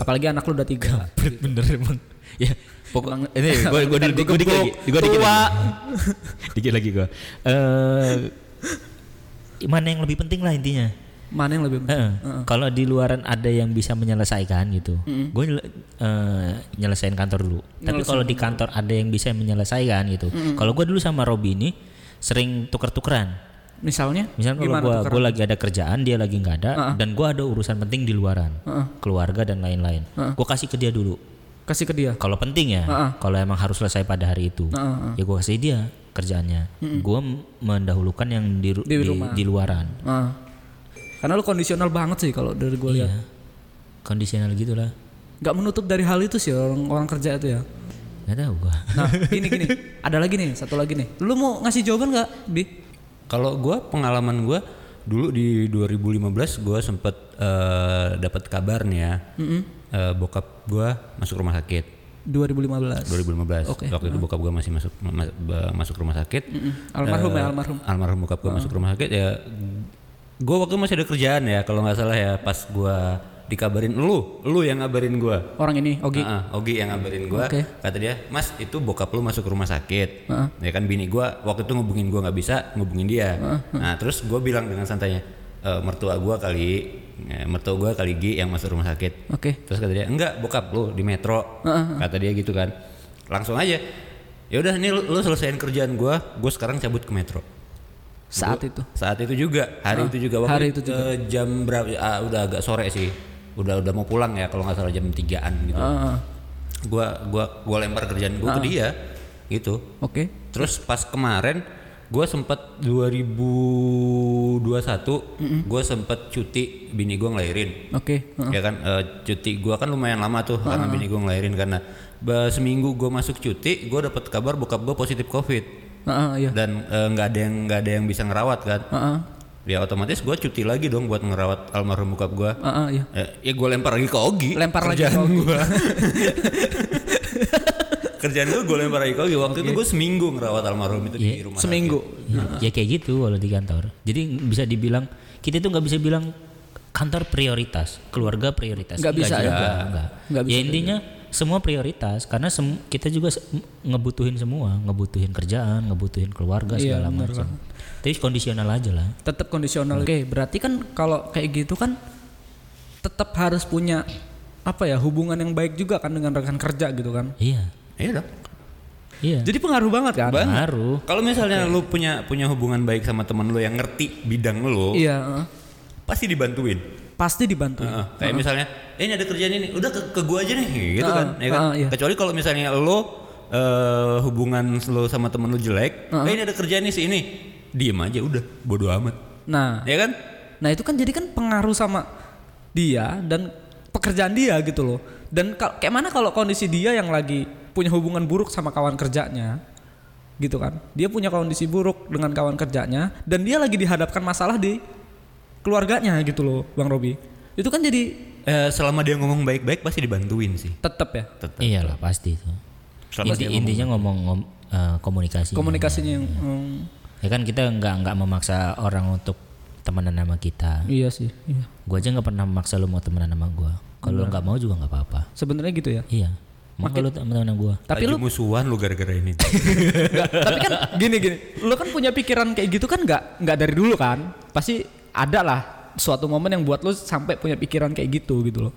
[SPEAKER 1] apalagi anak lu udah tiga
[SPEAKER 2] Berat bener emang. Ya,
[SPEAKER 1] Emang-
[SPEAKER 2] pokoknya ini gue gue dulu gue dikit lagi, gue dikit lagi. dikit lagi gue. Eh mana yang lebih penting lah intinya.
[SPEAKER 1] mana yang lebih
[SPEAKER 2] Heeh. Kalau di luaran ada yang bisa menyelesaikan gitu, gue nyele- eh, nyelesain kantor dulu. Tapi kalau di kantor ada yang bisa menyelesaikan gitu, kalau gue dulu sama Robi ini sering tuker-tukeran.
[SPEAKER 1] misalnya
[SPEAKER 2] Misalnya kalau gua gua lagi ada kerjaan, dia lagi nggak ada, dan gua ada urusan penting di luaran, keluarga dan lain-lain. Gua kasih ke dia dulu.
[SPEAKER 1] kasih ke dia
[SPEAKER 2] Kalau penting ya, kalau emang harus selesai pada hari itu, ya gua kasih dia kerjaannya. Gua m- mendahulukan yang di ru- di, di luaran.
[SPEAKER 1] Ah. karena lu kondisional banget sih kalau dari gue lihat
[SPEAKER 2] Ya. Kondisional gitulah.
[SPEAKER 1] nggak menutup dari hal itu sih orang orang kerja itu ya
[SPEAKER 2] Gak tahu gua.
[SPEAKER 1] nah gini gini ada lagi nih satu lagi nih lu mau ngasih jawaban nggak bi
[SPEAKER 3] Kalau gua pengalaman gua dulu di 2015 gua sempet eh, dapat kabar nih ya. Eh, bokap gua masuk rumah sakit.
[SPEAKER 1] 2015
[SPEAKER 3] 2015
[SPEAKER 1] Oke.
[SPEAKER 3] waktu itu bokap gue masih masuk ma- ba- masuk rumah sakit
[SPEAKER 1] almarhum
[SPEAKER 2] Eh.
[SPEAKER 1] ya almarhum
[SPEAKER 3] almarhum bokap gue masuk rumah sakit ya gue waktu itu masih ada kerjaan ya kalau nggak salah ya pas gue dikabarin lu lu yang ngabarin gue
[SPEAKER 1] orang ini Ogi
[SPEAKER 3] Ah,
[SPEAKER 2] Nah.
[SPEAKER 3] ah, Ogi yang ngabarin gue
[SPEAKER 1] Oke.
[SPEAKER 3] kata dia mas itu bokap lu masuk rumah sakit ya kan bini gue waktu itu ngubungin gue nggak bisa ngubungin dia nah terus gue bilang dengan santainya "E, mertua gue kali eh, mertua gue kali Gi yang masuk rumah sakit
[SPEAKER 1] oke
[SPEAKER 3] Terus kata dia, enggak bokap lu di metro. Kata dia gitu kan. Langsung aja. Ya udah nih lu, lu selesaiin kerjaan gua, gua sekarang cabut ke metro.
[SPEAKER 1] saat itu
[SPEAKER 3] Saat itu juga, hari itu juga waktu
[SPEAKER 1] hari itu
[SPEAKER 3] eh, jam berapa ah, udah agak sore sih. Udah udah mau pulang ya kalau nggak salah jam 3-an gitu. Gua gua gua lempar kerjaan gua ke dia gitu.
[SPEAKER 1] oke
[SPEAKER 3] Terus pas kemarin gue sempet 2021 gue sempet cuti bini gue ngelahirin
[SPEAKER 1] oke Heeh.
[SPEAKER 3] ya kan eh, cuti gua kan lumayan lama tuh karena bini gua ngelahirin karena ba- seminggu gua masuk cuti gua dapat kabar bokap gua positif covid
[SPEAKER 1] Heeh, iya
[SPEAKER 3] dan eh, nggak ada yang nggak ada yang bisa ngerawat kan
[SPEAKER 1] Heeh.
[SPEAKER 3] ya otomatis gua cuti lagi dong buat ngerawat almarhum bokap gua
[SPEAKER 1] Heeh, iya
[SPEAKER 3] Eh, ya gua lempar lagi ke Ogi
[SPEAKER 1] lempar lagi ke
[SPEAKER 3] Kerjaan
[SPEAKER 1] Ogi.
[SPEAKER 3] kerjaan gua gua lempar lagi ke Ogi waktu itu gua seminggu ngerawat almarhum itu di rumah
[SPEAKER 1] Iya. seminggu
[SPEAKER 2] Ya, ya kayak gitu kalau di kantor. Jadi bisa dibilang kita itu nggak bisa bilang kantor prioritas, keluarga prioritas.
[SPEAKER 1] Nggak bisa ya?
[SPEAKER 2] juga, nggak.
[SPEAKER 1] Nggak bisa gitu.
[SPEAKER 2] ya intinya semua prioritas karena sem- kita juga se- ngebutuhin semua, ngebutuhin kerjaan, ngebutuhin keluarga
[SPEAKER 1] Iya,
[SPEAKER 2] segala
[SPEAKER 1] benar
[SPEAKER 2] macam. Tapi kondisional aja lah.
[SPEAKER 1] tetap kondisional oke berarti kan kalau kayak gitu kan tetap harus punya apa ya hubungan yang baik juga kan dengan rekan kerja gitu kan
[SPEAKER 2] Iya,
[SPEAKER 3] iya dong
[SPEAKER 2] iya.
[SPEAKER 1] jadi pengaruh banget kan
[SPEAKER 2] Pengaruh.
[SPEAKER 3] kalau misalnya lu punya punya hubungan baik sama temen lu yang ngerti bidang lu
[SPEAKER 1] iya heeh.
[SPEAKER 3] pasti dibantuin
[SPEAKER 1] pasti dibantu
[SPEAKER 3] Heeh, kayak misalnya "Eh, ini ada kerjaan ini udah ke, ke gua aja nih gitu kan, ya kan?
[SPEAKER 1] heeh, iya.
[SPEAKER 3] kecuali kalau misalnya lo eh, hubungan lo sama temen lo jelek "Eh, ini ada kerjaan nih si ini diem aja udah bodo amat
[SPEAKER 1] nah
[SPEAKER 3] ya kan
[SPEAKER 1] Nah itu kan jadi kan pengaruh sama dia dan pekerjaan dia gitu loh. Dan kal- kayak mana kalau kondisi dia yang lagi punya hubungan buruk sama kawan kerjanya, gitu kan? Dia punya kondisi buruk dengan kawan kerjanya dan dia lagi dihadapkan masalah di keluarganya gitu loh, Bang Robi. Itu kan jadi
[SPEAKER 3] Eh, selama dia ngomong baik-baik pasti dibantuin sih
[SPEAKER 1] tetap ya
[SPEAKER 2] Iyalah Iya pasti itu.
[SPEAKER 3] selama
[SPEAKER 2] Inti-
[SPEAKER 3] dia ngomong-
[SPEAKER 2] intinya ngomong, ngom- eh, komunikasi.
[SPEAKER 1] komunikasinya yang hmm,
[SPEAKER 2] Ya kan kita nggak nggak memaksa orang untuk temenan sama kita.
[SPEAKER 1] iya sih. Iya.
[SPEAKER 2] Gue aja nggak pernah maksa lu mau temenan sama gue. Kalau lu nggak mau juga nggak apa-apa.
[SPEAKER 1] Sebenarnya gitu ya.
[SPEAKER 2] Iya. Mau nggak lu temenan sama gue.
[SPEAKER 1] Tapi
[SPEAKER 3] Lagi
[SPEAKER 1] lu
[SPEAKER 3] musuhan lu gara-gara ini
[SPEAKER 1] tapi kan gini gini lo kan punya pikiran kayak gitu kan nggak nggak dari dulu kan pasti ada lah suatu momen yang buat lo sampai punya pikiran kayak gitu gitu loh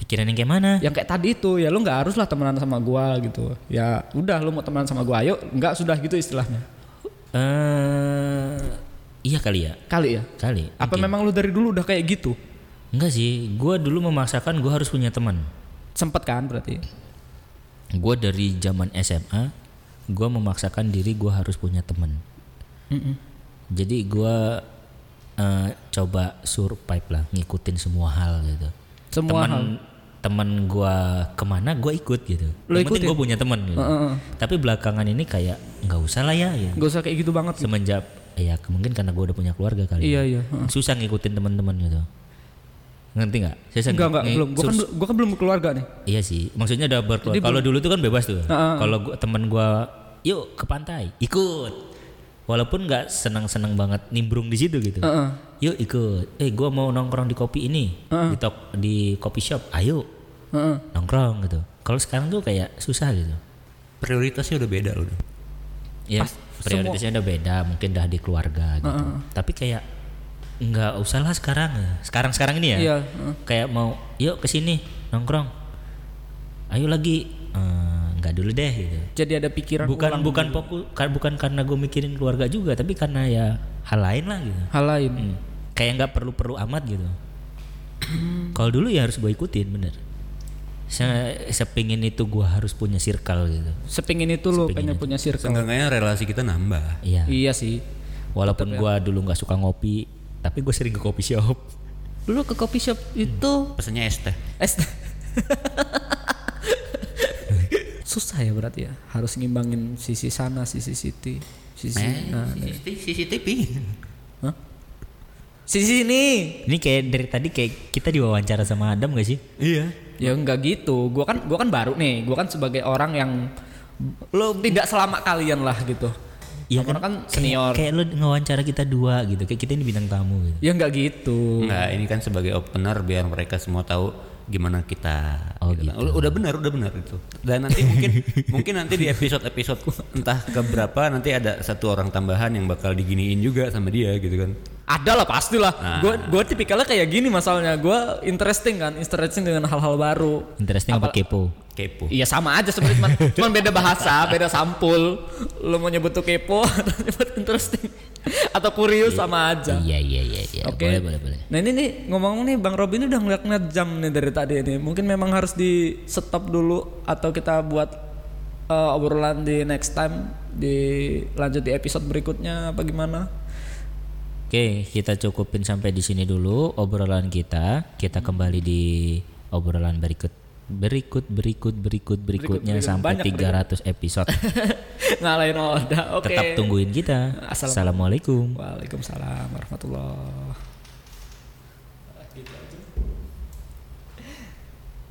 [SPEAKER 2] Pikiran yang kayak mana?
[SPEAKER 1] yang kayak tadi itu ya lo nggak harus lah temenan sama gua gitu ya udah lo mau temenan sama gua ayo nggak sudah gitu istilahnya
[SPEAKER 2] Eh, iya kali ya.
[SPEAKER 1] kali ya
[SPEAKER 2] Kali.
[SPEAKER 1] apa memang lo dari dulu udah kayak gitu
[SPEAKER 2] Enggak sih. Gue dulu memaksakan gue harus punya teman.
[SPEAKER 1] sempet kan berarti
[SPEAKER 2] Gue dari zaman SMA, gue memaksakan diri gue harus punya teman. Jadi gue eh, coba survive lah, ngikutin semua hal gitu.
[SPEAKER 1] semua hal
[SPEAKER 2] teman teman gue kemana gue ikut gitu.
[SPEAKER 1] Lo
[SPEAKER 2] Yang penting
[SPEAKER 1] ikutin?
[SPEAKER 2] gue punya teman. Gitu. Tapi belakangan ini kayak nggak usah lah ya. ya.
[SPEAKER 1] nggak usah kayak gitu banget
[SPEAKER 2] Semenjak ya ke- mungkin karena gue udah punya keluarga kali.
[SPEAKER 1] iya
[SPEAKER 2] ya.
[SPEAKER 1] iya
[SPEAKER 2] Susah ngikutin teman-teman gitu. Ngerti nggak?
[SPEAKER 1] Enggak,
[SPEAKER 2] Susah nge-
[SPEAKER 1] enggak,
[SPEAKER 2] nge-
[SPEAKER 1] belum. Gue kan, bel- gua kan belum keluarga nih.
[SPEAKER 2] Iya sih. Maksudnya udah berkeluarga. Kalau dulu tuh kan bebas tuh. Kalau gua, teman gue yuk ke pantai ikut. walaupun nggak senang-senang banget nimbrung di situ gitu
[SPEAKER 1] Heeh.
[SPEAKER 2] yuk ikut eh gua mau nongkrong di kopi ini di tok- di kopi shop ayo
[SPEAKER 1] Heeh.
[SPEAKER 2] nongkrong gitu kalau sekarang tuh kayak susah gitu
[SPEAKER 3] prioritasnya udah beda loh
[SPEAKER 2] ya prioritasnya udah beda mungkin dah di keluarga gitu tapi kayak nggak usah lah sekarang sekarang sekarang ini ya
[SPEAKER 1] Iya,
[SPEAKER 2] kayak mau yuk kesini nongkrong ayo lagi Eh, nggak dulu deh gitu
[SPEAKER 1] Jadi ada pikiran
[SPEAKER 2] bukan
[SPEAKER 1] ulang
[SPEAKER 2] bukan fokus ka- bukan karena gue mikirin keluarga juga tapi karena ya hal lain lah gitu
[SPEAKER 1] hal lain.
[SPEAKER 2] Hmm. kayak nggak perlu-perlu amat gitu
[SPEAKER 1] Hmm.
[SPEAKER 2] kalau dulu ya harus gue ikutin bener saya sepingin itu gue harus punya circle gitu
[SPEAKER 1] Sepingin itu lo pengen punya circle.
[SPEAKER 3] seenggaknya relasi kita nambah
[SPEAKER 2] iya
[SPEAKER 1] Iya sih. ya.
[SPEAKER 2] walaupun gue dulu nggak suka ngopi tapi gue sering ke kopi shop
[SPEAKER 1] Dulu ke coffee shop itu
[SPEAKER 3] pesennya es teh
[SPEAKER 1] es susah ya berarti ya harus ngimbangin sisi sana sisi siti sisi
[SPEAKER 3] Eh,
[SPEAKER 1] nah,
[SPEAKER 3] CCTV
[SPEAKER 1] Hah? sisi sini
[SPEAKER 2] ini kayak dari tadi kayak kita diwawancara sama Adam gak sih
[SPEAKER 3] iya
[SPEAKER 1] ya nggak gitu gua kan gua kan baru nih gua kan sebagai orang yang lo tidak selama kalian lah gitu
[SPEAKER 2] Iya
[SPEAKER 1] Orang kan
[SPEAKER 2] kayak-
[SPEAKER 1] senior.
[SPEAKER 2] kayak, lu diwawancara kita dua gitu kayak kita ini bintang tamu gitu
[SPEAKER 1] ya nggak gitu
[SPEAKER 3] Enggak, ini kan sebagai opener biar mereka semua tahu gimana kita.
[SPEAKER 2] Oh,
[SPEAKER 3] Gitu. Udah benar, udah benar itu. Dan nanti mungkin mungkin nanti di episode-episode entah keberapa nanti ada satu orang tambahan yang bakal diginiin juga sama dia gitu kan.
[SPEAKER 1] ada lah pastilah
[SPEAKER 2] Nah.
[SPEAKER 1] gue gue tipikalnya kayak gini masalahnya gua interesting kan interesting dengan hal-hal baru
[SPEAKER 2] interesting apa kepo
[SPEAKER 3] Kepo.
[SPEAKER 1] Iya sama aja sebenarnya cuman, cuman beda bahasa, beda sampul. Lu mau nyebut tuh kepo atau nyebut interesting atau kurius sama aja.
[SPEAKER 2] iya iya iya iya
[SPEAKER 1] Ya. Oke.
[SPEAKER 2] boleh boleh boleh
[SPEAKER 1] Nah ini nih ngomong nih Bang Robin udah ngeliat-ngeliat jam nih dari tadi nih. Mungkin memang harus di stop dulu atau kita buat eh, obrolan di next time di lanjut di episode berikutnya apa gimana?
[SPEAKER 2] Oke, kita cukupin sampai di sini dulu obrolan kita. Kita kembali di obrolan berikut berikut berikut berikut berikutnya sampai 300 episode.
[SPEAKER 1] Ngalahin Oda. Oke.
[SPEAKER 2] Tetap tungguin kita.
[SPEAKER 1] Assalamualaikum.
[SPEAKER 2] Assalamualaikum.
[SPEAKER 1] Waalaikumsalam warahmatullahi.